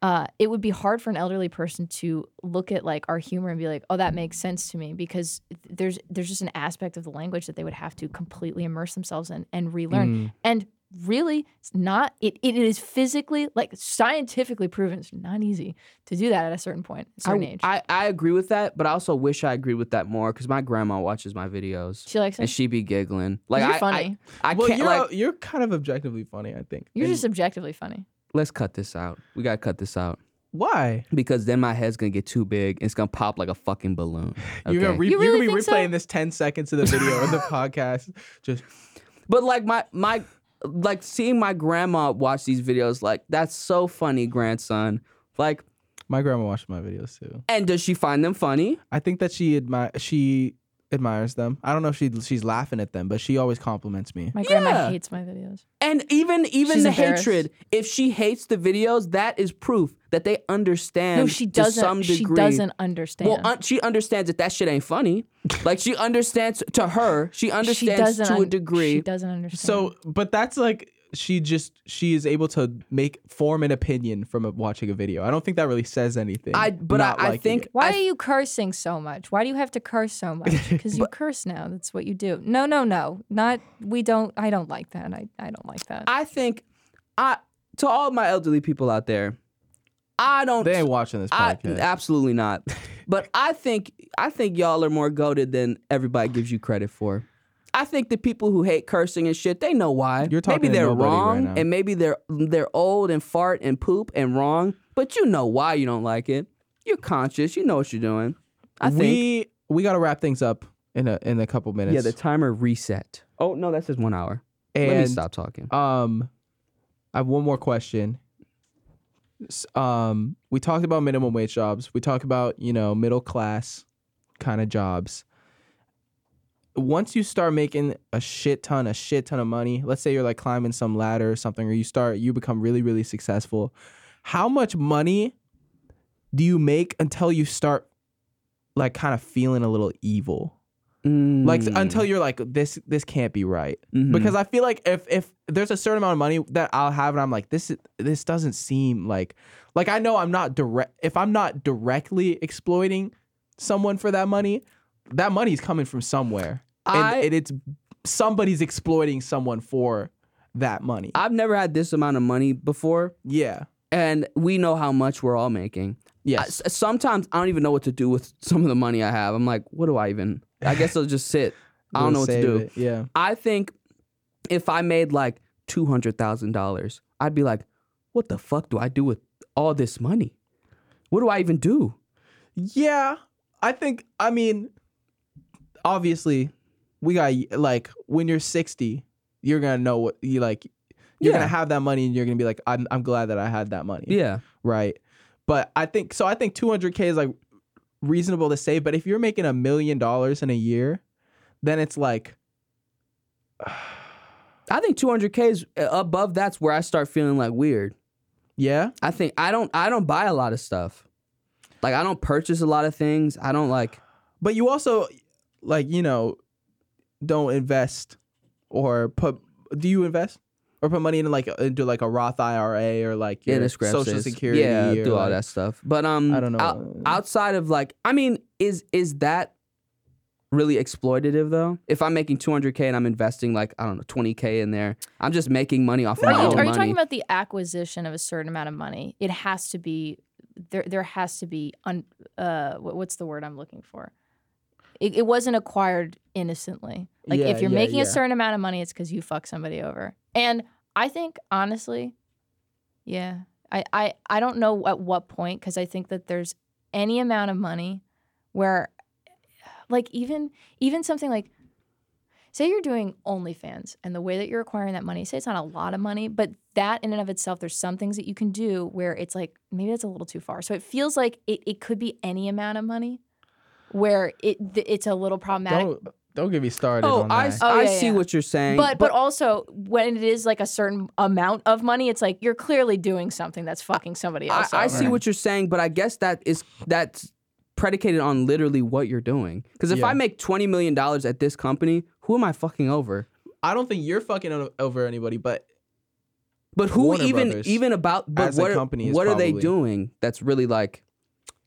[SPEAKER 2] Uh, it would be hard for an elderly person to look at like our humor and be like, "Oh, that makes sense to me," because there's there's just an aspect of the language that they would have to completely immerse themselves in and relearn.
[SPEAKER 1] Mm.
[SPEAKER 2] And really, it's not, it, it is physically, like scientifically proven, it's not easy to do that at a certain point, a certain
[SPEAKER 3] I,
[SPEAKER 2] age.
[SPEAKER 3] I, I agree with that, but I also wish I agreed with that more because my grandma watches my videos
[SPEAKER 2] she likes
[SPEAKER 3] and
[SPEAKER 2] it.
[SPEAKER 3] she be giggling. Like
[SPEAKER 2] you're
[SPEAKER 3] I,
[SPEAKER 2] funny.
[SPEAKER 3] I, I
[SPEAKER 1] well,
[SPEAKER 3] can't
[SPEAKER 1] you're
[SPEAKER 3] like.
[SPEAKER 1] you're kind of objectively funny, I think.
[SPEAKER 2] you're
[SPEAKER 1] And
[SPEAKER 2] just objectively funny.
[SPEAKER 3] Let's cut this out. We gotta cut this out
[SPEAKER 1] why
[SPEAKER 3] because then my head's gonna get too big and it's gonna pop like a fucking balloon.
[SPEAKER 1] you're gonna
[SPEAKER 3] okay?
[SPEAKER 1] re-
[SPEAKER 2] You
[SPEAKER 1] you're
[SPEAKER 2] really
[SPEAKER 1] gonna be
[SPEAKER 2] think so?
[SPEAKER 1] replaying this ten seconds of the video of the podcast. Just
[SPEAKER 3] But like my my like seeing my grandma watch these videos, like that's so funny, grandson. Like
[SPEAKER 1] My grandma watched my videos too.
[SPEAKER 3] And does she find them funny?
[SPEAKER 1] I think that she admi- she admires them. I don't know if she she's laughing at them, but she always compliments me.
[SPEAKER 2] My grandma
[SPEAKER 3] Yeah.
[SPEAKER 2] hates my videos.
[SPEAKER 3] And even even
[SPEAKER 2] She's
[SPEAKER 3] the
[SPEAKER 2] embarrassed.
[SPEAKER 3] hatred, if she hates the videos, that is proof that they understand.
[SPEAKER 2] No, she
[SPEAKER 3] to
[SPEAKER 2] doesn't.
[SPEAKER 3] some
[SPEAKER 2] she
[SPEAKER 3] degree.
[SPEAKER 2] doesn't understand.
[SPEAKER 3] Well, un- she understands that that shit ain't funny. like she understands to her, she
[SPEAKER 2] she
[SPEAKER 3] understands
[SPEAKER 2] doesn't
[SPEAKER 3] to a
[SPEAKER 2] un- She
[SPEAKER 3] degree.
[SPEAKER 2] doesn't understand.
[SPEAKER 1] So, but that's like she just she is able to make form an opinion from a, watching a video. I don't think that really says anything.
[SPEAKER 3] I but I,
[SPEAKER 1] not
[SPEAKER 3] I
[SPEAKER 1] liking
[SPEAKER 3] think
[SPEAKER 1] it.
[SPEAKER 2] why are you cursing so much? Why do you have to curse so much? Because you curse now. That's what you do. No, no, no. Not we don't. I don't like that. I, I don't like that.
[SPEAKER 3] I think I to all my elderly people out there, I don't
[SPEAKER 1] they ain't watching this
[SPEAKER 3] I,
[SPEAKER 1] podcast.
[SPEAKER 3] absolutely not. But I think I think y'all are more goaded than everybody gives you credit for. I think the people who hate cursing and shit, they know why.
[SPEAKER 1] You're talking
[SPEAKER 3] maybe
[SPEAKER 1] to
[SPEAKER 3] they're
[SPEAKER 1] nobody right
[SPEAKER 3] wrong,
[SPEAKER 1] now.
[SPEAKER 3] and maybe they're they're old and fart and poop and wrong. But you know why you don't like it. You're conscious. You know what you're doing. I think.
[SPEAKER 1] we we got to wrap things up in a in a couple minutes.
[SPEAKER 3] Yeah, the timer reset. Oh no, that says one hour.
[SPEAKER 1] and
[SPEAKER 3] Let me stop talking.
[SPEAKER 1] Um, I have one more question. S- Um, we talked about minimum wage jobs. We talked about you know middle class kind of jobs. Once you start making a shit ton, a shit ton of money, let's say you're like climbing some ladder or something, or you start, you become really, really successful. How much money do you make until you start like kind of feeling a little evil? Like
[SPEAKER 3] Mm.
[SPEAKER 1] until you're like, this, this can't be right
[SPEAKER 3] Mhm.
[SPEAKER 1] because I feel like if if there's a certain amount of money that I'll have and I'm like this is- this doesn't seem like like I know I'm not direct if I'm not directly exploiting someone for that money that money's coming from somewhere
[SPEAKER 3] I,
[SPEAKER 1] and, and it's somebody's exploiting someone for that money
[SPEAKER 3] I've never had this amount of money before,
[SPEAKER 1] yeah
[SPEAKER 3] and we know how much we're all making. I-
[SPEAKER 1] yes
[SPEAKER 3] s- sometimes I don't even know what to do with some of the money I have. I'm like, what do I even? I guess I'll just sit. I don't know
[SPEAKER 1] We'll
[SPEAKER 3] what to
[SPEAKER 1] save
[SPEAKER 3] do.
[SPEAKER 1] it. yeah
[SPEAKER 3] I think if I made like two hundred thousand dollars, I'd be like, what the fuck do I do with all this money? What do I even do?
[SPEAKER 1] Yeah, I think I mean obviously we got like when you're 60, you're going to know what you like you're
[SPEAKER 3] Yeah.
[SPEAKER 1] going to have that money and you're going to be like I'm I'm glad that I had that money.
[SPEAKER 3] Yeah,
[SPEAKER 1] Right. But I think so I think 200k is like reasonable to say, but if you're making a million dollars in a year, then it's like
[SPEAKER 3] I think two hundred k is uh, above. That's where I start feeling like weird.
[SPEAKER 1] yeah,
[SPEAKER 3] I think I don't. I don't buy a lot of stuff. Like I don't purchase a lot of things. I don't like.
[SPEAKER 1] but you also like, you know, don't invest or put do you invest or put money in like into like a Roth IRA or like your
[SPEAKER 3] in a scrap
[SPEAKER 1] social
[SPEAKER 3] sense.
[SPEAKER 1] security
[SPEAKER 3] yeah,
[SPEAKER 1] or
[SPEAKER 3] do all
[SPEAKER 1] like-
[SPEAKER 3] that stuff. But um,
[SPEAKER 1] I don't know.
[SPEAKER 3] out- outside of like, I mean, is is that really exploitative though? If I'm making 200k and I'm investing like I don't know 20k in there, I'm just making money off of
[SPEAKER 2] Are
[SPEAKER 3] my
[SPEAKER 2] you,
[SPEAKER 3] own
[SPEAKER 2] are you
[SPEAKER 3] money.
[SPEAKER 2] talking about the acquisition of a certain amount of money? It has to be there. There has to be un, uh, wh- what's the word I'm looking for? It, it wasn't acquired innocently. Like
[SPEAKER 1] Yeah,
[SPEAKER 2] if you're
[SPEAKER 1] yeah,
[SPEAKER 2] making
[SPEAKER 1] yeah.
[SPEAKER 2] a certain amount of money, it's because you fuck somebody over. And I think honestly, yeah, I I, I don't know at what point because I think that there's any amount of money where, like even even something like say you're doing OnlyFans and the way that you're acquiring that money, say it's not a lot of money, but that in and of itself, there's some things that you can do where it's like maybe that's a little too far. So it feels like it, it could be any amount of money where it th- it's a little problematic.
[SPEAKER 1] Don't don't get me started.
[SPEAKER 3] Oh,
[SPEAKER 1] on
[SPEAKER 3] I,
[SPEAKER 1] that.
[SPEAKER 3] s-
[SPEAKER 2] Oh,
[SPEAKER 3] I
[SPEAKER 2] yeah,
[SPEAKER 3] see
[SPEAKER 2] yeah.
[SPEAKER 3] what you're saying.
[SPEAKER 2] but, but also when it is like a certain amount of money, it's like you're clearly doing something that's fucking somebody
[SPEAKER 3] I,
[SPEAKER 2] else.
[SPEAKER 3] I
[SPEAKER 2] over.
[SPEAKER 3] see what you're saying, but I guess that is that's predicated on literally what you're doing. Because if
[SPEAKER 1] Yeah.
[SPEAKER 3] I make 20 million dollars at this company, who am I fucking over?
[SPEAKER 1] I don't think you're fucking o- over anybody, but
[SPEAKER 3] But who
[SPEAKER 1] Warner
[SPEAKER 3] even
[SPEAKER 1] Brothers
[SPEAKER 3] even about but
[SPEAKER 1] as a
[SPEAKER 3] what
[SPEAKER 1] company is
[SPEAKER 3] what are they
[SPEAKER 1] probably-
[SPEAKER 3] doing that's really like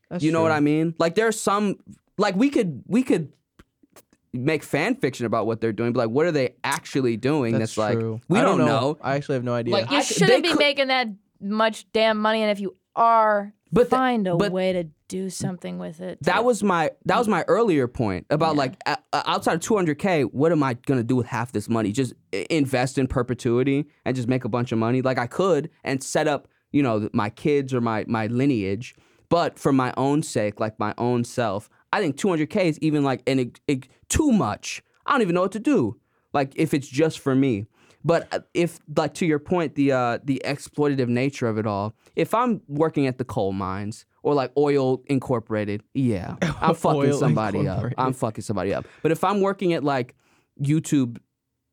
[SPEAKER 1] that's
[SPEAKER 3] you know
[SPEAKER 1] true.
[SPEAKER 3] what I mean? Like there's some like we could we could make fan fiction about what they're doing, but like what are they actually doing that's, like
[SPEAKER 1] true.
[SPEAKER 3] we
[SPEAKER 1] I
[SPEAKER 3] don't,
[SPEAKER 1] don't
[SPEAKER 3] know.
[SPEAKER 1] I actually have no idea.
[SPEAKER 3] Like,
[SPEAKER 2] you
[SPEAKER 3] I c- they
[SPEAKER 2] shouldn't be
[SPEAKER 3] could-
[SPEAKER 2] making that much damn money, and if you are,
[SPEAKER 3] But the-
[SPEAKER 2] find a
[SPEAKER 3] but-
[SPEAKER 2] way to do something with it.
[SPEAKER 3] That
[SPEAKER 2] to-
[SPEAKER 3] was my that was my earlier point about like uh, outside of 200k, what am I gonna do with half this money? Just i- invest in perpetuity and just make a bunch of money, like I could, and set up you know th- my kids or my my lineage. But for my own sake, like my own self, I think 200k is e, even like an ex- ex- too much. I don't even know what to do. Like if it's just for me. But uh, if like to your point, the uh, the exploitative nature of it all. If I'm working at the coal mines or like oil incorporated, yeah, I'm fucking
[SPEAKER 1] Oil
[SPEAKER 3] somebody up.
[SPEAKER 1] Incorporated.
[SPEAKER 3] I'm fucking somebody up. But if I'm working at like YouTube,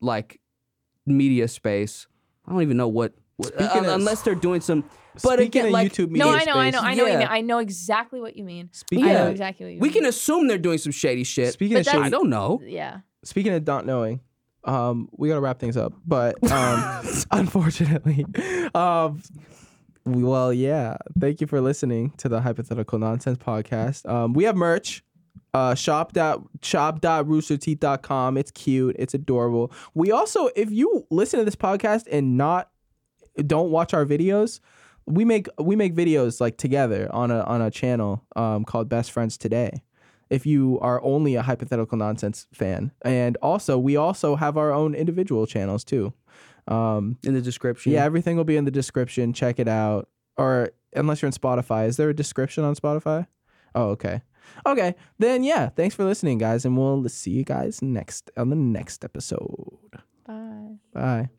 [SPEAKER 3] like media space, I don't even know what. what
[SPEAKER 1] Speaking
[SPEAKER 3] un-
[SPEAKER 1] of-
[SPEAKER 3] unless they're doing some, but
[SPEAKER 1] Speaking
[SPEAKER 3] again,
[SPEAKER 1] of
[SPEAKER 3] like
[SPEAKER 1] YouTube media
[SPEAKER 2] No, I know, I
[SPEAKER 1] space-
[SPEAKER 2] know, I know. what you
[SPEAKER 3] Yeah.
[SPEAKER 2] mean. I know exactly what you mean.
[SPEAKER 1] Speaking
[SPEAKER 2] I know
[SPEAKER 1] of,
[SPEAKER 2] exactly what you mean.
[SPEAKER 3] we can assume they're doing some shady shit.
[SPEAKER 1] speaking
[SPEAKER 2] But
[SPEAKER 1] of
[SPEAKER 2] that's-
[SPEAKER 3] I
[SPEAKER 1] shady,
[SPEAKER 3] don't know.
[SPEAKER 2] Yeah.
[SPEAKER 1] speaking of not knowing, um, we gotta wrap things up. But um, unfortunately, um, we- well, yeah. Thank you for listening to the hypothetical nonsense podcast. Um, we have merch. Uh, shop dot shop dot roosterteeth.com. It's cute. It's adorable. We also, if you listen to this podcast and not don't watch our videos, we make we make videos like together on a on a channel um, called Best Friends Today if you are only a hypothetical nonsense fan. And also, we also have our own individual channels too. Um,
[SPEAKER 3] In the description,
[SPEAKER 1] yeah, everything will be in the description. Check it out. Or unless you're in Spotify, is there a description on Spotify? Oh, okay. Okay, then yeah, thanks for listening, guys, and we'll see you guys next on the next episode.
[SPEAKER 2] Bye.
[SPEAKER 1] Bye.